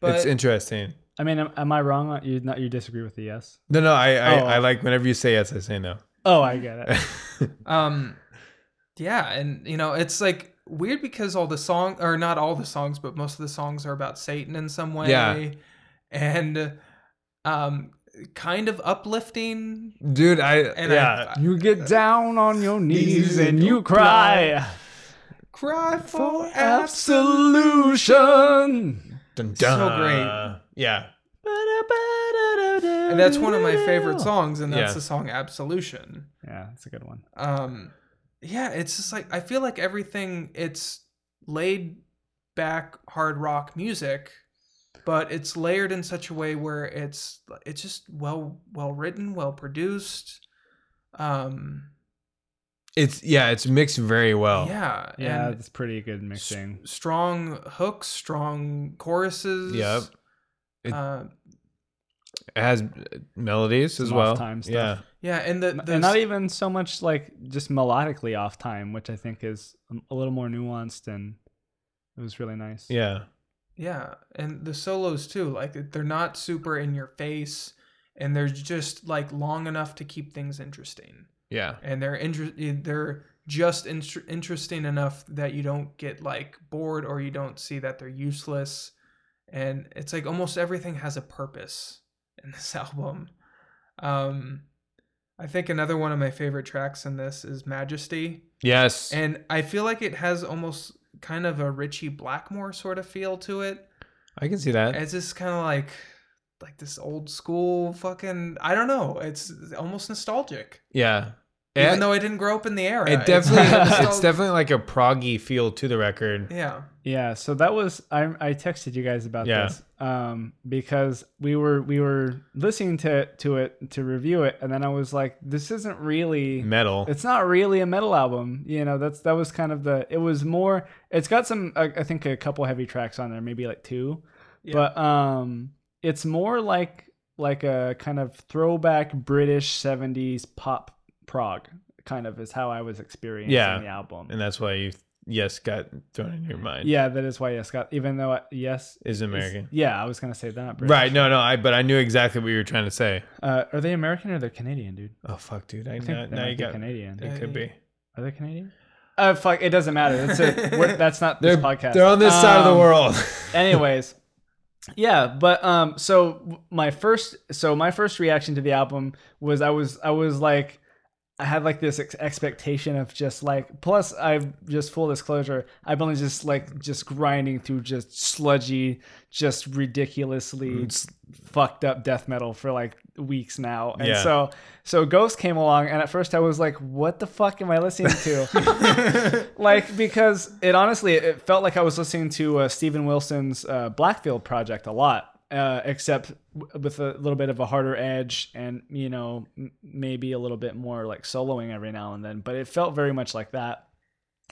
[SPEAKER 1] but
[SPEAKER 2] it's interesting.
[SPEAKER 3] I mean, am, am I wrong? on- You not you disagree with the Yes?
[SPEAKER 2] No, no, I I,
[SPEAKER 3] Oh.
[SPEAKER 2] I like whenever you say yes, I say no. <laughs>
[SPEAKER 3] Oh, I get it.
[SPEAKER 1] um yeah and you know it's like weird because all the song or not all the songs but most of the songs are about satan in some way
[SPEAKER 2] Yeah.
[SPEAKER 1] and um kind of uplifting
[SPEAKER 2] Dude, I
[SPEAKER 1] and
[SPEAKER 2] yeah.
[SPEAKER 1] I,
[SPEAKER 3] You get down on your knees and you cry
[SPEAKER 1] cry for
[SPEAKER 3] for
[SPEAKER 1] abs
[SPEAKER 3] absolution.
[SPEAKER 2] Dun,
[SPEAKER 1] so
[SPEAKER 2] dun. Yeah.
[SPEAKER 1] and that's one of my favorite songs and that's
[SPEAKER 2] Yeah.
[SPEAKER 1] the song absolution
[SPEAKER 3] Yeah, that's a good one.
[SPEAKER 1] um yeah it's just like i feel like everything it's laid back hard rock music but it's layered in such a way where it's it's just well well written well produced um
[SPEAKER 2] It's yeah, it's mixed very well.
[SPEAKER 1] yeah
[SPEAKER 3] Yeah,
[SPEAKER 1] and
[SPEAKER 3] that's pretty good mixing.
[SPEAKER 1] s- strong hooks strong choruses
[SPEAKER 2] Yep. It-
[SPEAKER 1] uh,
[SPEAKER 2] It has uh, melodies as
[SPEAKER 3] Some
[SPEAKER 2] well.
[SPEAKER 3] off-time stuff.
[SPEAKER 2] Yeah.
[SPEAKER 1] yeah and the, the
[SPEAKER 3] and not even so much like just melodically off time, which I think is a little more nuanced and it was really nice.
[SPEAKER 2] Yeah.
[SPEAKER 1] Yeah, and the solos too, like they're not super in your face and they're just like long enough to keep things interesting.
[SPEAKER 2] Yeah.
[SPEAKER 1] And they're inter- eh, they're just in- interesting enough that you don't get like bored or you don't see that they're useless. And it's like almost everything has a purpose <laughs> in this album. Um I think another one of my favorite tracks in this is Majesty.
[SPEAKER 2] Yes.
[SPEAKER 1] And I feel like it has almost kind of a Richie Blackmore sort of feel to it.
[SPEAKER 2] I can see that.
[SPEAKER 1] It's just kind of like like this old school fucking I don't know. It's almost nostalgic.
[SPEAKER 2] yeah.
[SPEAKER 1] Even
[SPEAKER 2] It,
[SPEAKER 1] though I didn't grow up in the era.
[SPEAKER 2] it
[SPEAKER 1] <laughs>
[SPEAKER 2] definitely
[SPEAKER 1] it's,
[SPEAKER 2] it's definitely like a proggy feel to the record.
[SPEAKER 1] yeah.
[SPEAKER 3] Yeah, so that was I I texted you guys about
[SPEAKER 2] Yeah.
[SPEAKER 3] this um because we were we were listening to to it to review it and then I was like this isn't really
[SPEAKER 2] Metal.
[SPEAKER 3] it's not really a metal album. You know, that's that was kind of the it was more it's got some uh, I, I think a couple heavy tracks on there, maybe like two.
[SPEAKER 1] Yeah.
[SPEAKER 3] But um it's more like like a kind of throwback British 70s pop prog kind of is how I was experiencing
[SPEAKER 2] Yeah.
[SPEAKER 3] the album.
[SPEAKER 2] and that's why you yes got thrown in your mind.
[SPEAKER 3] yeah, that is why yes, got even though I, yes
[SPEAKER 2] Is
[SPEAKER 3] is-
[SPEAKER 2] American.
[SPEAKER 3] yeah, I was gonna say that. British.
[SPEAKER 2] Right. No, no, I but I knew exactly what you were trying to say.
[SPEAKER 3] Uh, are they American or they're Canadian, dude?
[SPEAKER 2] Oh fuck, dude. I,
[SPEAKER 3] I think
[SPEAKER 2] now,
[SPEAKER 3] they
[SPEAKER 2] now
[SPEAKER 3] might
[SPEAKER 2] you
[SPEAKER 3] be
[SPEAKER 2] got
[SPEAKER 3] Canadian.
[SPEAKER 2] it could be.
[SPEAKER 3] Are they Canadian? Uh, fuck, it doesn't matter. That's it. We're, that's not
[SPEAKER 2] <laughs>
[SPEAKER 3] this
[SPEAKER 2] They're
[SPEAKER 3] podcast.
[SPEAKER 2] they're on this side of the
[SPEAKER 3] Um,
[SPEAKER 2] world.
[SPEAKER 3] <laughs>
[SPEAKER 2] <laughs>
[SPEAKER 3] anyways, yeah, but um, so w- my first, so my first reaction to the album was I was I was like, I had like this ex- expectation of just like. Plus, I've just full disclosure, I've only just like just grinding through just sludgy, just ridiculously
[SPEAKER 2] It's-
[SPEAKER 3] fucked up death metal for like weeks now. And
[SPEAKER 2] Yeah.
[SPEAKER 3] so so Ghost came along and at first I was like, what the fuck am I listening to? like because it honestly it felt like I was listening to uh, Stephen Wilson's uh, Blackfield project a lot. Uh, except w- with a little bit of a harder edge and you know m- maybe a little bit more like soloing every now and then but it felt very much like that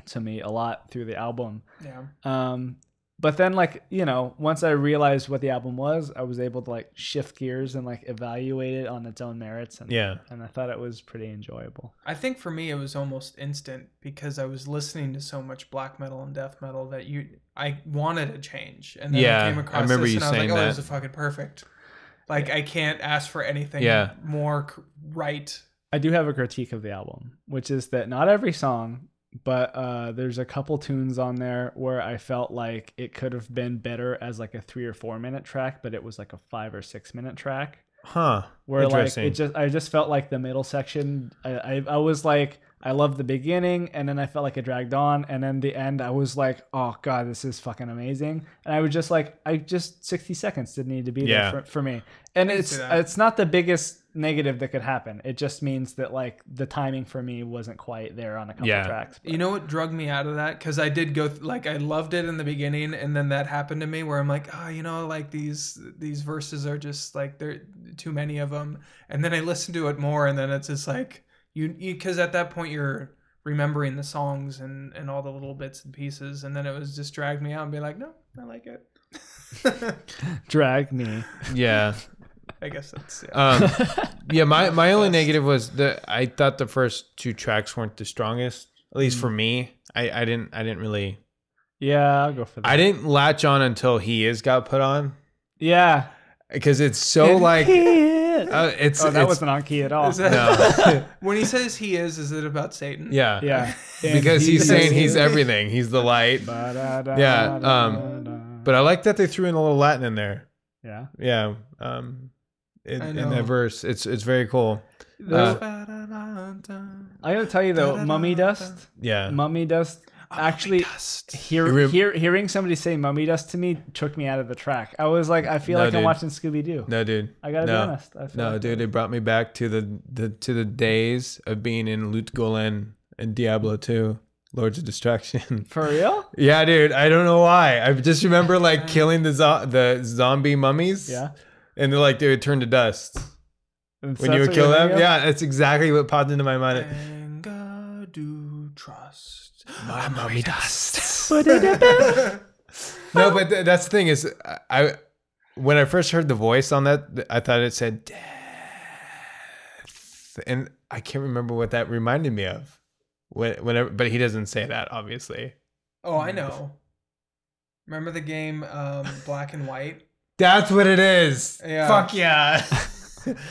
[SPEAKER 3] to me a lot through the album
[SPEAKER 1] Yeah.
[SPEAKER 3] um, but then like you know, once I realized what the album was, I was able to like shift gears and like evaluate it on its own merits. And,
[SPEAKER 2] yeah.
[SPEAKER 3] And I thought it was pretty enjoyable.
[SPEAKER 1] I think for me it was almost instant because I was listening to so much black metal and death metal that you I wanted a change. And then
[SPEAKER 2] Yeah,
[SPEAKER 1] I came
[SPEAKER 2] I
[SPEAKER 1] across
[SPEAKER 2] remember
[SPEAKER 1] this
[SPEAKER 2] you
[SPEAKER 1] and I was like,
[SPEAKER 2] saying
[SPEAKER 1] oh,
[SPEAKER 2] that.
[SPEAKER 1] this is fucking perfect. Like I can't ask for anything
[SPEAKER 2] Yeah.
[SPEAKER 1] more c- right.
[SPEAKER 3] I do have a critique of the album, which is that not every song, but uh, there's a couple tunes on there where I felt like it could have been better as like a three or four minute track, but it was like a five or six minute track.
[SPEAKER 2] Huh.
[SPEAKER 3] where like
[SPEAKER 2] Interesting.
[SPEAKER 3] it just I just felt like the middle section I, I I was like I loved the beginning and then I felt like it dragged on and then the end I was like oh god this is fucking amazing and I was just like I just 60 seconds didn't need to be
[SPEAKER 2] Yeah.
[SPEAKER 3] there for, for me and
[SPEAKER 1] can
[SPEAKER 3] it's
[SPEAKER 1] see that.
[SPEAKER 3] it's not the biggest negative that could happen. It just means that like the timing for me wasn't quite there on a couple
[SPEAKER 2] Yeah.
[SPEAKER 3] tracks. <laughs>
[SPEAKER 1] You know what drug me out of that? Because I did go th- like I loved it in the beginning, and then that happened to me where I'm like, ah, you know, like these these verses are just like there too many of them, and then I listened to it more, and then it's just like you because at that point you're remembering the songs and and all the little bits and pieces, and then it was just drag me out and be like, no, I like it.
[SPEAKER 2] <laughs>
[SPEAKER 3] drag me.
[SPEAKER 2] yeah.
[SPEAKER 1] I guess that's yeah.
[SPEAKER 3] <laughs>
[SPEAKER 2] Um, yeah, my, my only negative was that I thought the first two tracks weren't the strongest, at least
[SPEAKER 3] Mm.
[SPEAKER 2] for me. I, I didn't I didn't really
[SPEAKER 3] Yeah, I'll go for that.
[SPEAKER 2] I didn't latch on until he is got put on
[SPEAKER 3] yeah.
[SPEAKER 2] because it's so
[SPEAKER 3] <laughs>
[SPEAKER 2] like
[SPEAKER 3] oh,
[SPEAKER 2] uh, it's
[SPEAKER 3] that
[SPEAKER 2] it's-
[SPEAKER 3] wasn't on key at all.
[SPEAKER 1] <laughs> Is that-
[SPEAKER 2] Oh, no.
[SPEAKER 1] when he says he is, is it about Satan?
[SPEAKER 2] yeah
[SPEAKER 3] yeah. And
[SPEAKER 2] <laughs> because he's saying he's
[SPEAKER 3] <laughs> is-
[SPEAKER 2] everything he's the light
[SPEAKER 3] Ba-da-da-da-da-da.
[SPEAKER 2] Yeah, um, but uh, I like that they threw in a little Latin in there
[SPEAKER 3] yeah.
[SPEAKER 2] yeah um in,
[SPEAKER 1] I
[SPEAKER 2] in
[SPEAKER 1] know.
[SPEAKER 2] that verse it's it's very cool Uh,
[SPEAKER 3] I gotta tell you though, mummy dust,
[SPEAKER 2] yeah
[SPEAKER 3] mummy dust. Actually,
[SPEAKER 1] Dust.
[SPEAKER 3] hear,
[SPEAKER 2] It rem-
[SPEAKER 3] hear, hearing somebody say mummy dust to me took me out of the track. I was like, I feel
[SPEAKER 2] No,
[SPEAKER 3] like I'm
[SPEAKER 2] dude.
[SPEAKER 3] watching Scooby Doo.
[SPEAKER 2] no dude
[SPEAKER 3] I gotta be
[SPEAKER 2] No.
[SPEAKER 3] honest. I feel
[SPEAKER 2] No,
[SPEAKER 3] like-
[SPEAKER 2] dude, it brought me back to the, the to the days of being in Loot Golen and Diablo 2, Lords of Destruction. <laughs>
[SPEAKER 3] For real?
[SPEAKER 2] yeah, dude, I don't know why. I just remember
[SPEAKER 3] <laughs>
[SPEAKER 2] like killing the zo- the zombie mummies.
[SPEAKER 3] Yeah.
[SPEAKER 2] And they're like they would turn to dust
[SPEAKER 3] And so
[SPEAKER 2] when you
[SPEAKER 3] that's
[SPEAKER 2] would
[SPEAKER 3] what
[SPEAKER 2] kill
[SPEAKER 3] you're
[SPEAKER 2] them.
[SPEAKER 3] thinking of?
[SPEAKER 2] Yeah, that's exactly what popped into my mind.
[SPEAKER 1] Anger do trust.
[SPEAKER 2] My mummy dust. no, but th- that's the thing is I, I when I first heard the voice on that, th- I thought it said death, and I can't remember what that reminded me of. When, whenever, but he doesn't say that, obviously.
[SPEAKER 1] Oh, I know. Remember the game um, Black and White?
[SPEAKER 2] That's what it is.
[SPEAKER 1] Yeah.
[SPEAKER 2] Fuck yeah.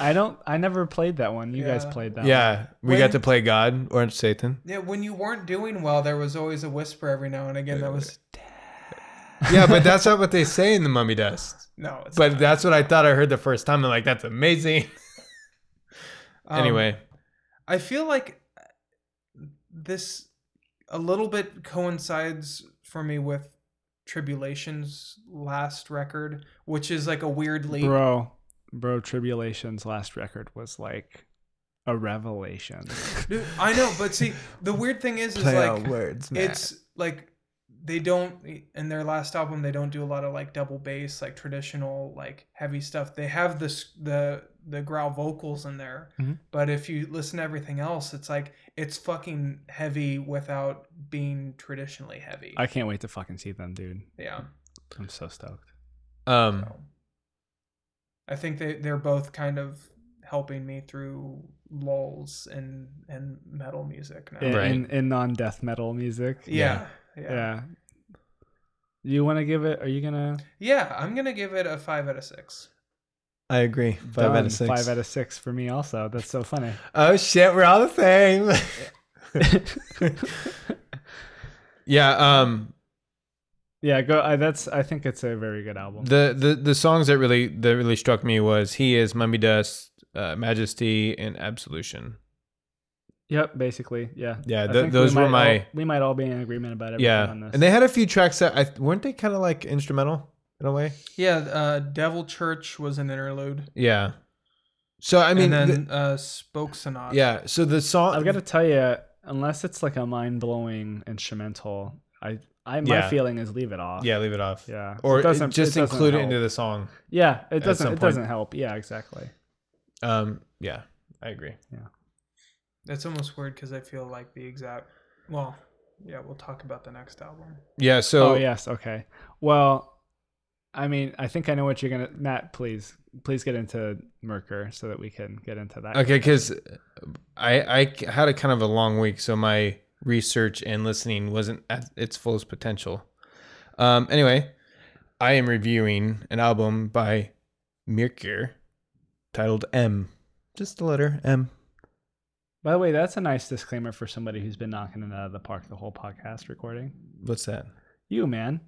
[SPEAKER 3] I don't. I never played that one. You guys
[SPEAKER 1] Yeah.
[SPEAKER 3] played that. One.
[SPEAKER 2] yeah, we
[SPEAKER 1] When-
[SPEAKER 2] got to play God or Satan.
[SPEAKER 1] Yeah, when you weren't doing well, there was always a whisper every now and again that was
[SPEAKER 2] <laughs> Yeah, but that's not what they say in the Mummy Dust.
[SPEAKER 1] no. It's
[SPEAKER 2] But that's what I thought I heard the first time. I'm like, that's amazing.
[SPEAKER 1] um,
[SPEAKER 2] anyway,
[SPEAKER 1] I feel like this a little bit coincides for me with Tribulation's last record, which is like a weird leap.
[SPEAKER 3] Bro, bro, Tribulation's last record was like
[SPEAKER 2] <laughs>
[SPEAKER 3] a revelation.
[SPEAKER 1] Dude, I know, but see, the weird thing is, is like
[SPEAKER 2] words,
[SPEAKER 1] it's like they don't in their last album they don't do a lot of like double bass like traditional like heavy stuff they have this the the growl vocals in there
[SPEAKER 3] Mhm.
[SPEAKER 1] but if you listen to everything else it's like it's fucking heavy without being traditionally heavy
[SPEAKER 3] I can't wait to fucking see them, dude.
[SPEAKER 1] yeah
[SPEAKER 3] I'm so stoked.
[SPEAKER 2] um,
[SPEAKER 1] so. i think they they're both kind of helping me through lulls and and metal music now
[SPEAKER 3] In,
[SPEAKER 2] Right.
[SPEAKER 3] in, in non-death metal music.
[SPEAKER 1] yeah yeah
[SPEAKER 3] Yeah.
[SPEAKER 1] yeah,
[SPEAKER 3] You want to give it? Are you gonna
[SPEAKER 1] i'm gonna give it a five out of six
[SPEAKER 2] I agree. Five out
[SPEAKER 3] Done.
[SPEAKER 2] of six.
[SPEAKER 3] Five out of six for me also. That's so
[SPEAKER 2] <laughs>
[SPEAKER 3] funny. <laughs>
[SPEAKER 2] Oh shit, we're all the same. <laughs> yeah, um
[SPEAKER 3] yeah, go. I, that's. I think it's a very good album.
[SPEAKER 2] the, the the songs that really that really struck me was He is Mummy Dust, uh, Majesty and Absolution.
[SPEAKER 3] yep. Basically. Yeah.
[SPEAKER 2] Yeah,
[SPEAKER 3] I
[SPEAKER 2] th-
[SPEAKER 3] think we
[SPEAKER 2] those were
[SPEAKER 3] might all-
[SPEAKER 2] my-
[SPEAKER 3] we might all be in agreement about everything
[SPEAKER 2] Yeah.
[SPEAKER 3] on this.
[SPEAKER 2] And they had a few tracks that I weren't they kind of like instrumental in a way?
[SPEAKER 1] Yeah, uh, Devil Church was an interlude.
[SPEAKER 2] Yeah. So I mean
[SPEAKER 1] and
[SPEAKER 2] th-
[SPEAKER 1] then uh, Spoke Sonata.
[SPEAKER 2] yeah, so the song
[SPEAKER 3] I've got to tell you, unless it's like a mind blowing instrumental, I, I my
[SPEAKER 2] Yeah.
[SPEAKER 3] feeling is leave it off.
[SPEAKER 2] Yeah, leave it off.
[SPEAKER 3] yeah.
[SPEAKER 2] Or
[SPEAKER 3] it doesn't
[SPEAKER 2] just
[SPEAKER 3] doesn't
[SPEAKER 2] include
[SPEAKER 3] help.
[SPEAKER 2] it into the song.
[SPEAKER 3] Yeah, it
[SPEAKER 2] some
[SPEAKER 3] doesn't. It
[SPEAKER 2] point.
[SPEAKER 3] doesn't help. Yeah, exactly.
[SPEAKER 2] Um yeah, I agree.
[SPEAKER 1] That's almost weird because I feel like the exact. Well, yeah, we'll talk about the next album. <laughs>
[SPEAKER 2] Yeah, so
[SPEAKER 3] oh yes, okay. Well, I mean, I think I know what you're gonna. Matt, please, please get into Merker so that we can get into that.
[SPEAKER 2] Okay, because I I had a kind of a long week, so my research and listening wasn't at its fullest potential. Um, anyway, I am reviewing an album by Mirkir titled M, just the letter M.
[SPEAKER 3] By the way, that's a nice disclaimer for somebody who's been knocking it out of the park the whole podcast recording.
[SPEAKER 2] What's that?
[SPEAKER 3] You man,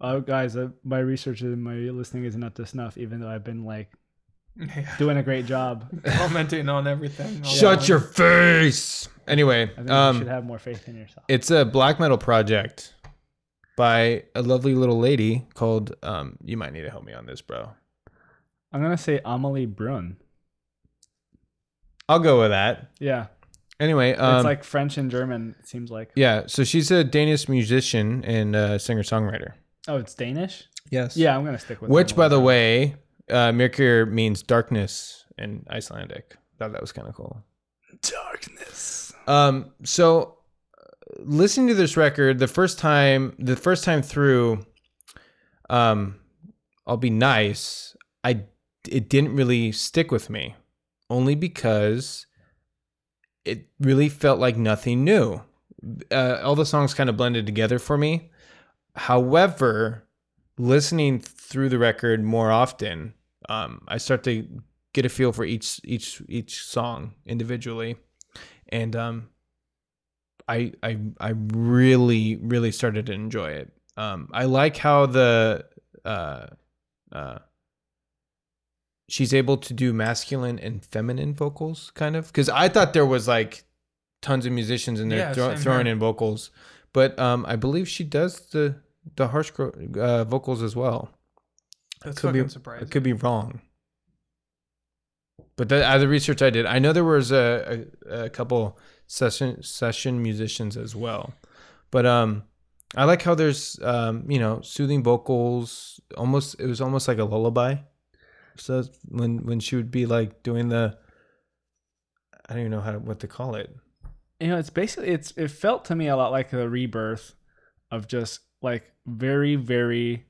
[SPEAKER 3] oh guys, uh, my research and my listening isn't up to snuff. Even though I've been like
[SPEAKER 2] <laughs>
[SPEAKER 1] Yeah.
[SPEAKER 3] doing a great job,
[SPEAKER 1] Commenting on everything. all
[SPEAKER 2] Shut
[SPEAKER 1] at
[SPEAKER 2] your
[SPEAKER 1] once.
[SPEAKER 2] face. Anyway,
[SPEAKER 3] I think you should
[SPEAKER 2] um,
[SPEAKER 3] have more faith in yourself.
[SPEAKER 2] it's a black metal project by a lovely little lady called. Um, you might need to help me on this, bro.
[SPEAKER 3] I'm gonna say Amelie Brun.
[SPEAKER 2] I'll go with that.
[SPEAKER 3] Yeah.
[SPEAKER 2] Anyway, um,
[SPEAKER 3] it's like French and German, it seems like.
[SPEAKER 2] yeah. So she's a Danish musician and uh, singer songwriter.
[SPEAKER 3] Oh, it's Danish?
[SPEAKER 2] Yes.
[SPEAKER 3] Yeah, I'm going to stick with
[SPEAKER 2] Which,
[SPEAKER 3] Danish.
[SPEAKER 2] by the way, uh, Merkur means darkness in Icelandic. Thought that was kind of cool.
[SPEAKER 3] Darkness.
[SPEAKER 2] Um, so uh, listening to this record the first time, the first time through, um, I'll be nice. I it didn't really stick with me, only because it really felt like nothing new. Uh, all the songs kind of blended together for me. However, listening through the record more often, um, I start to get a feel for each each each song individually and um I I I really really started to enjoy it. Um I like how the uh uh she's able to do masculine and feminine vocals kind of cuz I thought there was like tons of musicians and they're
[SPEAKER 1] Yeah,
[SPEAKER 2] throw,
[SPEAKER 1] same
[SPEAKER 2] throwing
[SPEAKER 1] here.
[SPEAKER 2] in vocals, but um I believe she does the the harsh gro- uh, vocals as well.
[SPEAKER 1] That's
[SPEAKER 2] Could be-
[SPEAKER 1] fucking
[SPEAKER 2] I
[SPEAKER 1] surprising.
[SPEAKER 2] could be wrong. But the, out of the research I did, I know there was a, a, a couple session session musicians as well. But um, I like how there's um, you know soothing vocals. Almost it was almost like a lullaby. So when when she would be like doing the, I don't even know how to, what to call it.
[SPEAKER 3] You know, it's basically it's it felt to me a lot like the rebirth of just like very very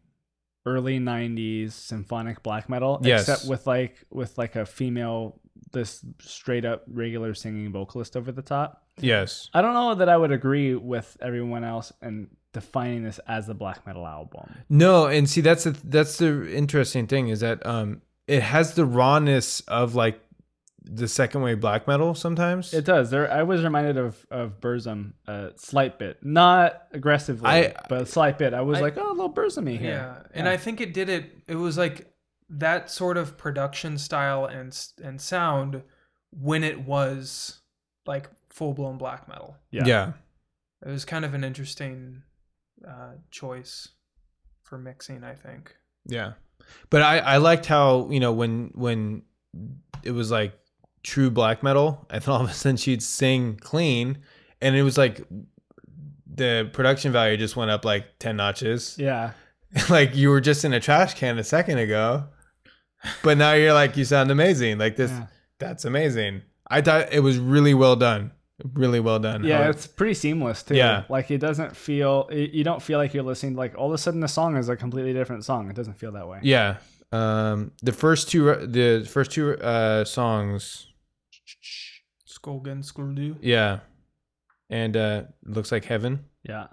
[SPEAKER 3] early 90s symphonic black metal
[SPEAKER 2] Yes.
[SPEAKER 3] except with like with like a female this straight up regular singing vocalist over the top.
[SPEAKER 2] Yes.
[SPEAKER 3] I don't know that I would agree with everyone else in defining this as the black metal album.
[SPEAKER 2] No, and see that's the that's the interesting thing is that um it has the rawness of like the second wave black metal sometimes.
[SPEAKER 3] It does. There, I was reminded of of Burzum a slight bit, not aggressively,
[SPEAKER 2] I-
[SPEAKER 3] but a slight bit. I was
[SPEAKER 1] I-
[SPEAKER 3] like, oh, a little Burzumy here.
[SPEAKER 1] Yeah, and
[SPEAKER 3] Yeah.
[SPEAKER 1] I think it did it. It was like that sort of production style and s- and sound when it was like full blown black metal.
[SPEAKER 2] yeah.
[SPEAKER 1] It was kind of an interesting uh, choice for mixing, I think.
[SPEAKER 2] Yeah. But I I liked how, you know, when when it was like true black metal <laughs> and then all of a sudden she'd sing clean and it was like the production value just went up like 10 notches.
[SPEAKER 3] Yeah.
[SPEAKER 2] <laughs> like you were just in a trash can a second ago. But now you're like you sound amazing. Like this
[SPEAKER 3] Yeah.
[SPEAKER 2] that's amazing. I thought it was really well done. Really well done.
[SPEAKER 3] Yeah,
[SPEAKER 2] How-
[SPEAKER 3] it's pretty seamless too.
[SPEAKER 2] Yeah.
[SPEAKER 3] like it doesn't feel. It, you don't feel like you're listening. to, Like all of a sudden, the song is a completely different song. It doesn't feel that way.
[SPEAKER 2] Yeah. Um, the first two, the first two uh, songs.
[SPEAKER 1] Skolgen Skoldu.
[SPEAKER 2] Yeah. And uh, looks like heaven. <laughs>
[SPEAKER 3] Yeah,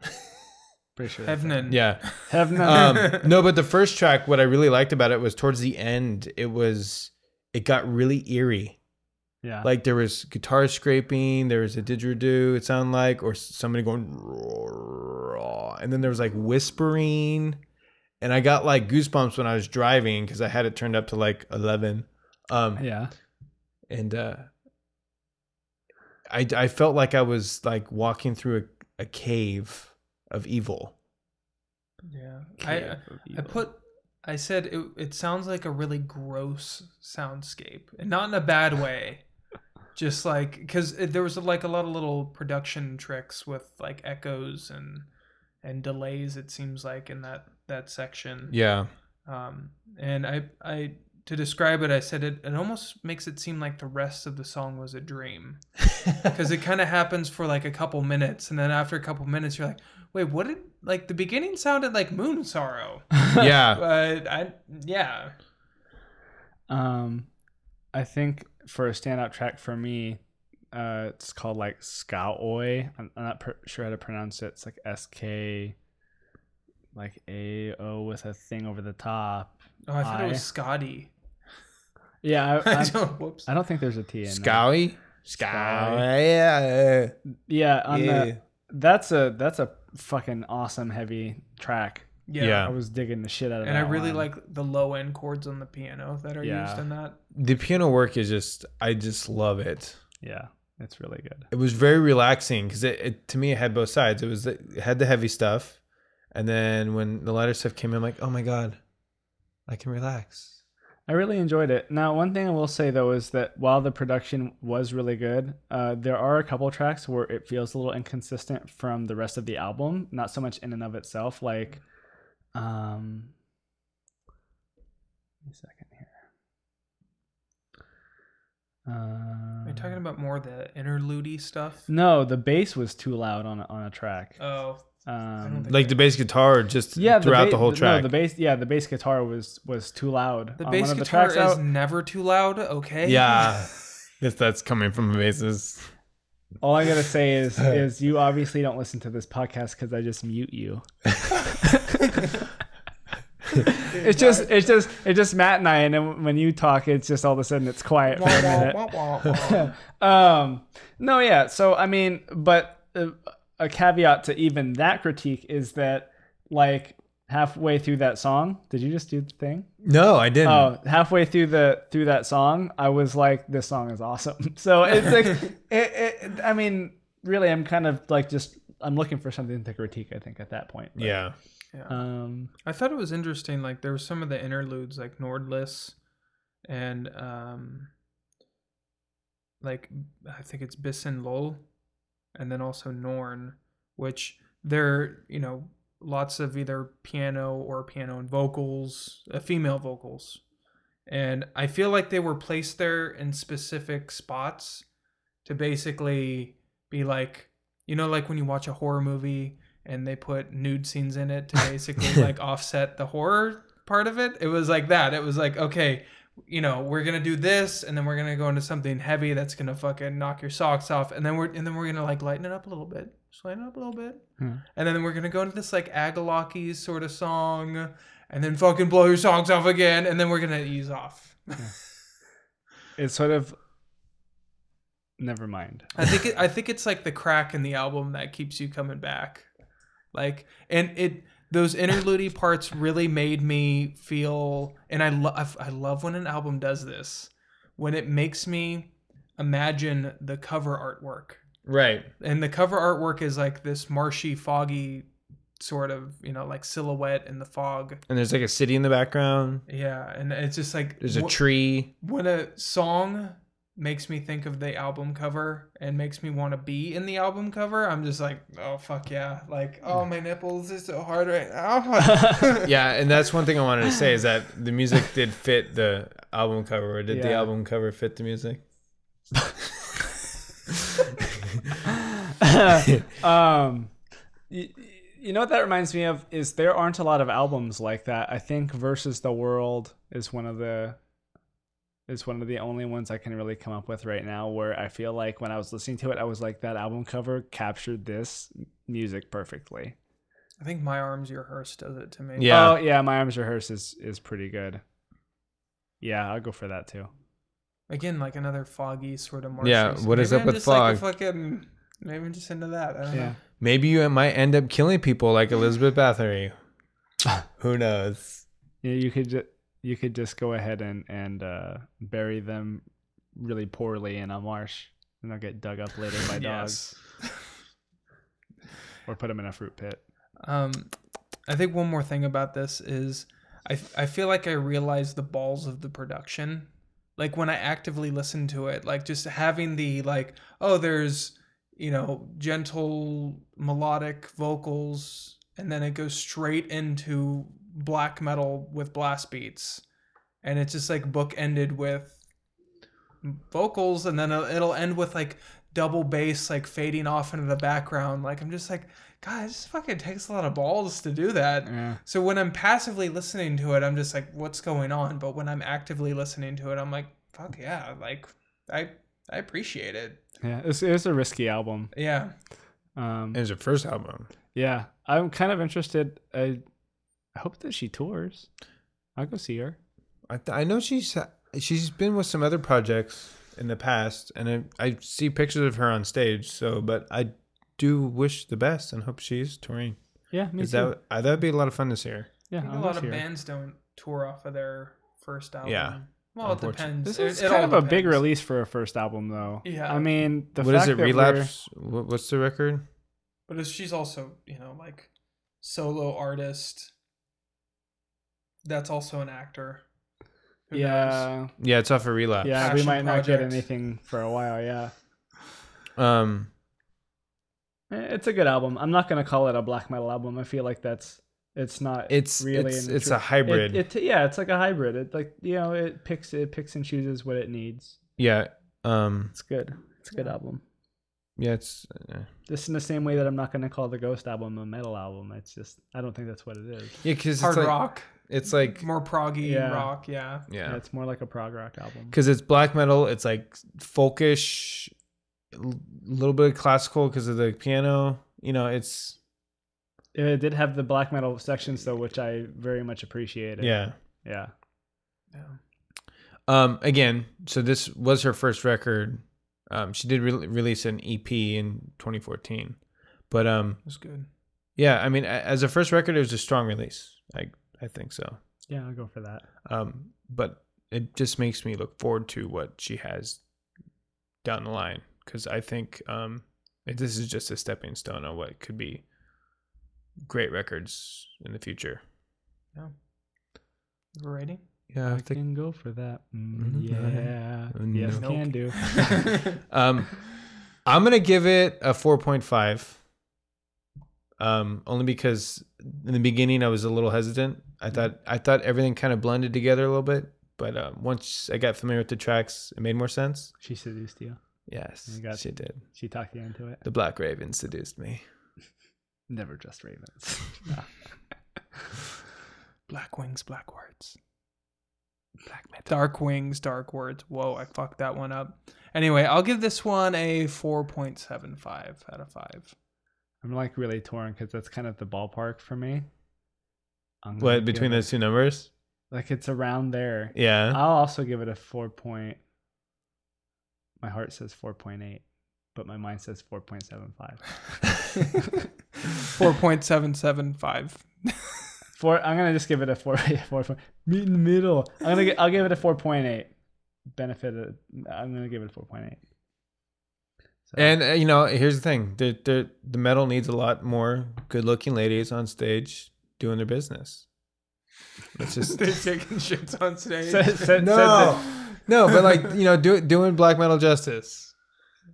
[SPEAKER 3] pretty sure. that's
[SPEAKER 1] Hevnen.
[SPEAKER 2] Yeah.
[SPEAKER 3] it. <laughs> Heaven. <laughs>
[SPEAKER 2] Um, no, but the first track, what I really liked about it was towards the end. It was, it got really eerie.
[SPEAKER 3] yeah,
[SPEAKER 2] Like there was guitar scraping, there was a didgeridoo. It sounded like, or somebody going, and then there was like whispering, and I got like goosebumps when I was driving because I had it turned up to like eleven. Um,
[SPEAKER 3] yeah.
[SPEAKER 2] and uh i i felt like i was like walking through a, a cave of evil
[SPEAKER 1] Yeah.
[SPEAKER 3] uh,
[SPEAKER 1] I I put I said it it sounds like a really gross soundscape and not in a bad way. Just like cuz there was like a lot of little production tricks with like echoes and and delays it seems like in that that section.
[SPEAKER 3] <laughs>
[SPEAKER 2] yeah
[SPEAKER 1] Um and I I to describe it I said it it almost makes it seem like the rest of the song was a
[SPEAKER 3] <laughs>
[SPEAKER 1] dream because it kind of happens for like a couple minutes and then after a couple minutes you're like wait what did like the beginning sounded like moon sorrow
[SPEAKER 2] yeah
[SPEAKER 1] but I yeah
[SPEAKER 3] Um, I think for a standout track for me, uh, it's called like Skaoi. I'm, I'm not per- sure how to pronounce it. It's like S K, like A O with a thing over the top.
[SPEAKER 1] oh I thought it
[SPEAKER 3] I-
[SPEAKER 1] was Scotty <laughs>
[SPEAKER 3] Yeah, I,
[SPEAKER 1] I
[SPEAKER 3] I,
[SPEAKER 1] don't whoops
[SPEAKER 3] I don't think there's a T in there.
[SPEAKER 2] scowy scowy yeah
[SPEAKER 3] Yeah, on
[SPEAKER 2] yeah.
[SPEAKER 3] the that's a that's a fucking awesome heavy track.
[SPEAKER 1] yeah,
[SPEAKER 2] yeah.
[SPEAKER 3] I was digging the shit out of
[SPEAKER 1] and I
[SPEAKER 3] that
[SPEAKER 1] really
[SPEAKER 3] one.
[SPEAKER 1] like the low end chords on the piano that are
[SPEAKER 3] Yeah.
[SPEAKER 1] used in that
[SPEAKER 2] the piano work is just i just love it
[SPEAKER 3] Yeah, it's really good.
[SPEAKER 2] it was very relaxing because it, it to me it had both sides it was the, it had the heavy stuff and then when the lighter stuff came in I'm like oh my god i can relax
[SPEAKER 3] I really enjoyed it. Now, one thing I will say though is that while the production was really good, uh, there are a couple tracks where it feels a little inconsistent from the rest of the album. Not so much in and of itself, like, um, give me a second here. Uh,
[SPEAKER 1] Are you
[SPEAKER 3] Mm.
[SPEAKER 1] talking about more the interlude stuff?
[SPEAKER 3] Um, No, the bass was too loud on a, on a track.
[SPEAKER 1] Oh,
[SPEAKER 3] um,
[SPEAKER 1] think-
[SPEAKER 2] Like the bass guitar, just
[SPEAKER 3] yeah,
[SPEAKER 2] throughout the,
[SPEAKER 3] ba-
[SPEAKER 2] whole track.
[SPEAKER 3] No, the bass, yeah, the bass guitar was was too loud.
[SPEAKER 1] the
[SPEAKER 3] on
[SPEAKER 1] bass
[SPEAKER 3] one of the
[SPEAKER 1] guitar
[SPEAKER 3] tracks
[SPEAKER 1] is
[SPEAKER 3] out.
[SPEAKER 1] never too loud. Okay.
[SPEAKER 2] yeah, if that's coming from the basses.
[SPEAKER 3] All I gotta
[SPEAKER 2] <laughs>
[SPEAKER 3] say is, is you obviously don't listen to this podcast because I just
[SPEAKER 2] <laughs>
[SPEAKER 3] mute you. it's just, it's just, it's just Matt and I, and then when you talk, it's just all of a sudden it's quiet for a minute.
[SPEAKER 1] Wah, wah, wah,
[SPEAKER 3] <laughs>
[SPEAKER 1] wah.
[SPEAKER 3] um no yeah so i mean but uh, a caveat to even that critique is that like halfway through that song did you just do the thing
[SPEAKER 2] No, I didn't.
[SPEAKER 3] oh halfway through the through that song i was like this song is awesome <laughs> so it's like it, it i mean really i'm kind of like just i'm looking for something to critique i think at that point But,
[SPEAKER 2] yeah.
[SPEAKER 3] um
[SPEAKER 1] I thought it was interesting. Like there were some of the interludes, like Nordless, and um, like I think it's Bissin Lol, and then also Norn, which they're you know lots of either piano or piano and vocals, uh, female vocals, and I feel like they were placed there in specific spots to basically be like you know like when you watch a horror movie and they put nude scenes in it to basically like offset the horror part of it. It was like that. It was like, okay, you know, we're gonna do this, and then we're gonna go into something heavy that's gonna fucking knock your socks off, and then we're and then we're gonna like lighten it up a little bit, just lighten it up a little bit,
[SPEAKER 3] Hmm.
[SPEAKER 1] and then we're gonna go into this like Agalockies sort of song, and then fucking blow your socks off again, and then we're gonna ease off.
[SPEAKER 3] it's sort of never mind
[SPEAKER 1] I <laughs> think it, I think it's like the crack in the album that keeps you coming back. Like and it those interlude parts really made me feel and I love I love when an album does this when it makes me imagine the cover artwork.
[SPEAKER 2] Right.
[SPEAKER 1] And the cover artwork is like this marshy foggy sort of, you know, like silhouette in the fog.
[SPEAKER 2] And there's like a city in the background.
[SPEAKER 1] Yeah, and it's just like
[SPEAKER 2] There's a
[SPEAKER 1] wh-
[SPEAKER 2] tree.
[SPEAKER 1] when a song makes me think of the album cover and makes me want to be in the album cover, I'm just like, oh fuck yeah! Like, oh my nipples is so hard right
[SPEAKER 2] <laughs>
[SPEAKER 1] now. <laughs>
[SPEAKER 2] Yeah, and that's one thing I wanted to say is that the music did fit the album cover. Or did the
[SPEAKER 3] Yeah.
[SPEAKER 2] album cover fit the music?
[SPEAKER 3] <laughs> um, you, you know what that reminds me of is there aren't a lot of albums like that. I think versus the world is one of the is one of the only ones I can really come up with right now where I feel like when I was listening to it, I was like that album cover captured this music perfectly.
[SPEAKER 1] I think my arms, your hearse does it to me.
[SPEAKER 2] Yeah.
[SPEAKER 3] Oh yeah, my arms are hers is is pretty good. Yeah, I'll go for that too.
[SPEAKER 1] Again, like another foggy sort of. Marshy
[SPEAKER 2] Yeah, what is
[SPEAKER 1] maybe
[SPEAKER 2] up
[SPEAKER 1] I'm
[SPEAKER 2] with
[SPEAKER 1] just like a
[SPEAKER 2] fog?
[SPEAKER 1] fucking. Maybe I'm just into that. I don't
[SPEAKER 3] Yeah.
[SPEAKER 1] know.
[SPEAKER 2] Maybe you might end up killing people like Elizabeth
[SPEAKER 3] <laughs>
[SPEAKER 2] Bathory. Who knows?
[SPEAKER 3] Yeah, you could ju- you could just go ahead and and uh, bury them really poorly in a marsh, and they'll get dug up later by dogs,
[SPEAKER 1] <laughs> Yes.
[SPEAKER 3] or put them in a fruit pit.
[SPEAKER 1] Um, I think one more thing about this is I, I feel like I realize the balls of the production. Like when I actively listen to it, like just having the like, oh, there's, you know, gentle melodic vocals, and then it goes straight into black metal with blast beats. And it's just like bookended with vocals, and then it'll- it'll end with like double bass like fading off into the background. Like I'm just like, God, it just fucking takes a lot of balls to do that.
[SPEAKER 3] Yeah.
[SPEAKER 1] So when I'm passively listening to it, I'm just like, what's going on? But when I'm actively listening to it, I'm like, fuck yeah, like I I appreciate it.
[SPEAKER 3] Yeah, it's it's a risky album.
[SPEAKER 1] Yeah.
[SPEAKER 3] Um,
[SPEAKER 2] It was her first album.
[SPEAKER 3] yeah, I'm kind of interested. I, I hope that she tours. I'll go see her.
[SPEAKER 2] I, th- I know she's she's been with some other projects in the past, and I, I see pictures of her on stage. So, but I do wish the best and hope she's touring.
[SPEAKER 3] Yeah, me
[SPEAKER 2] Is
[SPEAKER 3] too.
[SPEAKER 2] that I, that'd be a lot of fun to see her.
[SPEAKER 1] I
[SPEAKER 3] yeah,
[SPEAKER 1] think a
[SPEAKER 3] I'll go
[SPEAKER 1] lot of
[SPEAKER 3] see her.
[SPEAKER 1] bands don't tour off of their first album.
[SPEAKER 2] Yeah.
[SPEAKER 1] Well, it
[SPEAKER 2] Unfortunately.
[SPEAKER 1] depends.
[SPEAKER 3] This
[SPEAKER 1] It-
[SPEAKER 3] is
[SPEAKER 1] it
[SPEAKER 3] kind
[SPEAKER 1] all
[SPEAKER 3] of a big
[SPEAKER 1] depends.
[SPEAKER 3] release for a first album, though.
[SPEAKER 1] Yeah.
[SPEAKER 3] I mean, the
[SPEAKER 2] what
[SPEAKER 3] fact
[SPEAKER 2] is it?
[SPEAKER 3] that we're-
[SPEAKER 2] Relapse. What, what's the record?
[SPEAKER 1] But it's, she's also, you know, like solo artist. That's also an actor. Who knows?
[SPEAKER 3] yeah,
[SPEAKER 2] Yeah, it's off a relapse.
[SPEAKER 3] yeah. We
[SPEAKER 1] Passion
[SPEAKER 3] might not get
[SPEAKER 1] projects.
[SPEAKER 3] anything for a while. Yeah,
[SPEAKER 2] Um,
[SPEAKER 3] Eh, it's a good album. I'm not gonna call it a black metal album. I feel like that's it's not.
[SPEAKER 2] it's
[SPEAKER 3] really
[SPEAKER 2] it's,
[SPEAKER 3] an
[SPEAKER 2] it's a
[SPEAKER 3] intro-
[SPEAKER 2] hybrid.
[SPEAKER 3] It, it yeah, it's like a hybrid. It like you know it picks it picks and chooses what it needs.
[SPEAKER 2] yeah. Um.
[SPEAKER 3] It's good. It's a good album.
[SPEAKER 2] Yeah. It's. Uh,
[SPEAKER 3] This in the same way that I'm not gonna call the Ghost album a metal album. It's just I don't think that's what it is.
[SPEAKER 2] yeah, because
[SPEAKER 1] hard
[SPEAKER 2] it's like
[SPEAKER 1] rock,
[SPEAKER 2] it's like
[SPEAKER 1] more proggy
[SPEAKER 3] Yeah.
[SPEAKER 1] rock. Yeah,
[SPEAKER 3] Yeah,
[SPEAKER 2] yeah,
[SPEAKER 3] it's more like a prog rock album.
[SPEAKER 2] because it's black metal. It's like folkish, a little bit of classical because of the piano. You know, it's
[SPEAKER 3] It did have the black metal sections though, which I very much appreciated.
[SPEAKER 2] yeah.
[SPEAKER 3] yeah.
[SPEAKER 1] yeah.
[SPEAKER 2] Um, again, so this was her first record. Um, she did re- release an EP in 2014, but um,
[SPEAKER 1] It was good.
[SPEAKER 2] yeah, I mean, a- as a first record, it was a strong release. I I think so.
[SPEAKER 3] Yeah, I'll go for that.
[SPEAKER 2] Um, but it just makes me look forward to what she has down the line because I think um, it- this is just a stepping stone on what could be great records in the future.
[SPEAKER 1] Rating.
[SPEAKER 2] Yeah,
[SPEAKER 3] I can go for that. Mm,
[SPEAKER 2] Mhm.
[SPEAKER 3] yeah.
[SPEAKER 2] Mm,
[SPEAKER 3] Yes,
[SPEAKER 1] no.
[SPEAKER 3] can
[SPEAKER 1] <laughs>
[SPEAKER 3] do. <laughs>
[SPEAKER 2] Um, I'm gonna give it a 4.5. Um, only because in the beginning I was a little hesitant. I
[SPEAKER 3] Mm-hmm.
[SPEAKER 2] thought I thought everything kind of blended together a little bit, but uh, once I got familiar with the tracks, it made more sense.
[SPEAKER 3] She seduced you.
[SPEAKER 2] Yes,
[SPEAKER 3] You got-
[SPEAKER 2] she did.
[SPEAKER 3] She talked you into it.
[SPEAKER 2] The Black Raven seduced me.
[SPEAKER 3] Never just Ravens. <laughs>
[SPEAKER 1] Black wings, black words. Black metal. Dark wings, dark words. Whoa, I fucked that one up. Anyway, I'll give this one a 4.75 out of
[SPEAKER 3] <laughs>
[SPEAKER 1] 5.
[SPEAKER 3] I'm like really torn because that's kind of the ballpark for me. I'm gonna
[SPEAKER 2] What between
[SPEAKER 3] give
[SPEAKER 2] those two numbers?
[SPEAKER 3] it- Like it's around there.
[SPEAKER 2] Yeah.
[SPEAKER 3] I'll also give it a four point. My heart says four point eight, but my mind says four point seven
[SPEAKER 2] <laughs>
[SPEAKER 3] five.
[SPEAKER 1] 4.775.
[SPEAKER 3] <laughs> Four. I'm gonna just give it a four. <laughs> yeah, Four point. Meet in the middle. I'm gonna. gi- I'll give it a four point eight. Benefit. Of, I'm gonna give it a four point eight. So,
[SPEAKER 2] <laughs> And uh, you know, here's the thing: the the the metal needs a lot more good-looking ladies on stage doing their business.
[SPEAKER 1] <laughs>
[SPEAKER 2] Let's just <laughs>
[SPEAKER 1] They're taking shits on
[SPEAKER 3] <laughs>
[SPEAKER 1] stage.
[SPEAKER 3] Said- said- said
[SPEAKER 2] No.
[SPEAKER 3] that-
[SPEAKER 2] No, but like you know, do, doing black metal justice,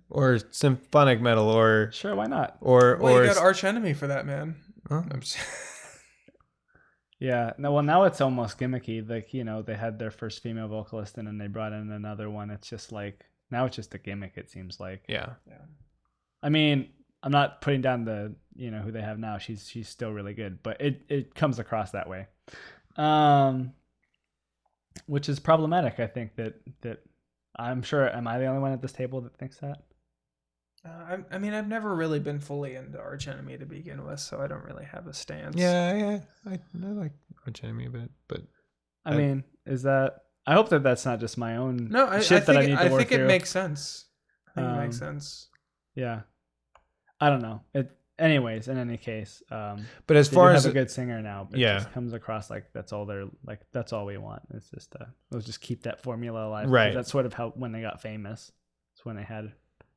[SPEAKER 2] or symphonic metal, or
[SPEAKER 3] sure. Why not?
[SPEAKER 2] or
[SPEAKER 1] well,
[SPEAKER 2] or
[SPEAKER 1] you got Arch Enemy for that, man.
[SPEAKER 2] Huh?
[SPEAKER 1] I'm just-
[SPEAKER 3] Yeah. No. Well, now it's almost gimmicky. Like you know, they had their first female vocalist, and then they brought in another one. It's just like now it's just a gimmick. It seems like.
[SPEAKER 2] yeah,
[SPEAKER 3] I mean, I'm not putting down the you know who they have now. She's she's still really good, but it it comes across that way, um, which is problematic. I think that that I'm sure. Am I the only one at this table that thinks that?
[SPEAKER 1] <laughs> Uh, I, I mean, I've never really been fully into Arch Enemy to begin with, so I don't really have a stance.
[SPEAKER 2] yeah, yeah. I, I like Arch Enemy a bit, but
[SPEAKER 3] I,
[SPEAKER 2] I-
[SPEAKER 3] mean, is that? I hope that that's not just my own
[SPEAKER 1] No, I, I
[SPEAKER 3] shit
[SPEAKER 1] think,
[SPEAKER 3] that I
[SPEAKER 1] it-
[SPEAKER 3] need to
[SPEAKER 1] I
[SPEAKER 3] work
[SPEAKER 1] think it
[SPEAKER 3] through.
[SPEAKER 1] makes sense. I think it makes
[SPEAKER 3] Um,
[SPEAKER 1] sense.
[SPEAKER 3] yeah. I don't know. It. Anyways, in any case, um,
[SPEAKER 2] but as
[SPEAKER 3] as far
[SPEAKER 2] far
[SPEAKER 3] have
[SPEAKER 2] as
[SPEAKER 3] a good singer now, but
[SPEAKER 2] Yeah.
[SPEAKER 3] it just comes across like that's all they're like that's all we want. It's just uh, let's just keep that formula alive. 'cause
[SPEAKER 2] Right.
[SPEAKER 3] That's sort of how when they got famous. It's when they had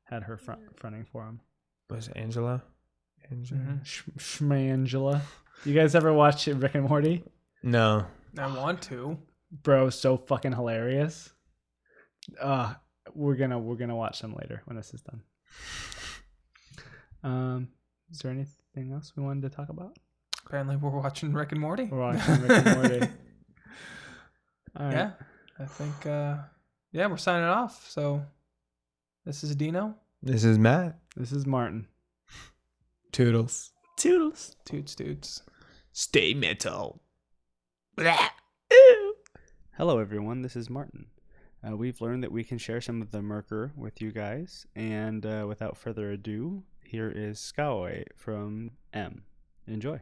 [SPEAKER 3] had her front fronting for them.
[SPEAKER 2] was it Angela, Angela?
[SPEAKER 1] Mhm.
[SPEAKER 3] Sh- Shmangela. You guys ever watch Rick and Morty?
[SPEAKER 2] No,
[SPEAKER 1] I want to.
[SPEAKER 3] Bro, so fucking hilarious. Uh we're gonna we're gonna watch them later when this is done. Um, is there anything else we wanted to talk about?
[SPEAKER 1] Apparently, we're watching Rick and Morty.
[SPEAKER 3] We're watching Rick and
[SPEAKER 1] <laughs>
[SPEAKER 3] Morty. All right.
[SPEAKER 1] yeah, I think. Uh, yeah, we're signing off. So, this is Dino.
[SPEAKER 2] this is Matt
[SPEAKER 3] This is Martin.
[SPEAKER 2] Toodles.
[SPEAKER 3] Toodles.
[SPEAKER 1] Toots, toots.
[SPEAKER 2] Stay metal.
[SPEAKER 4] Hello, everyone. This is Martin. Uh, we've learned that we can share some of the Merker with you guys, and uh, without further ado, here is Skaway from M. Enjoy.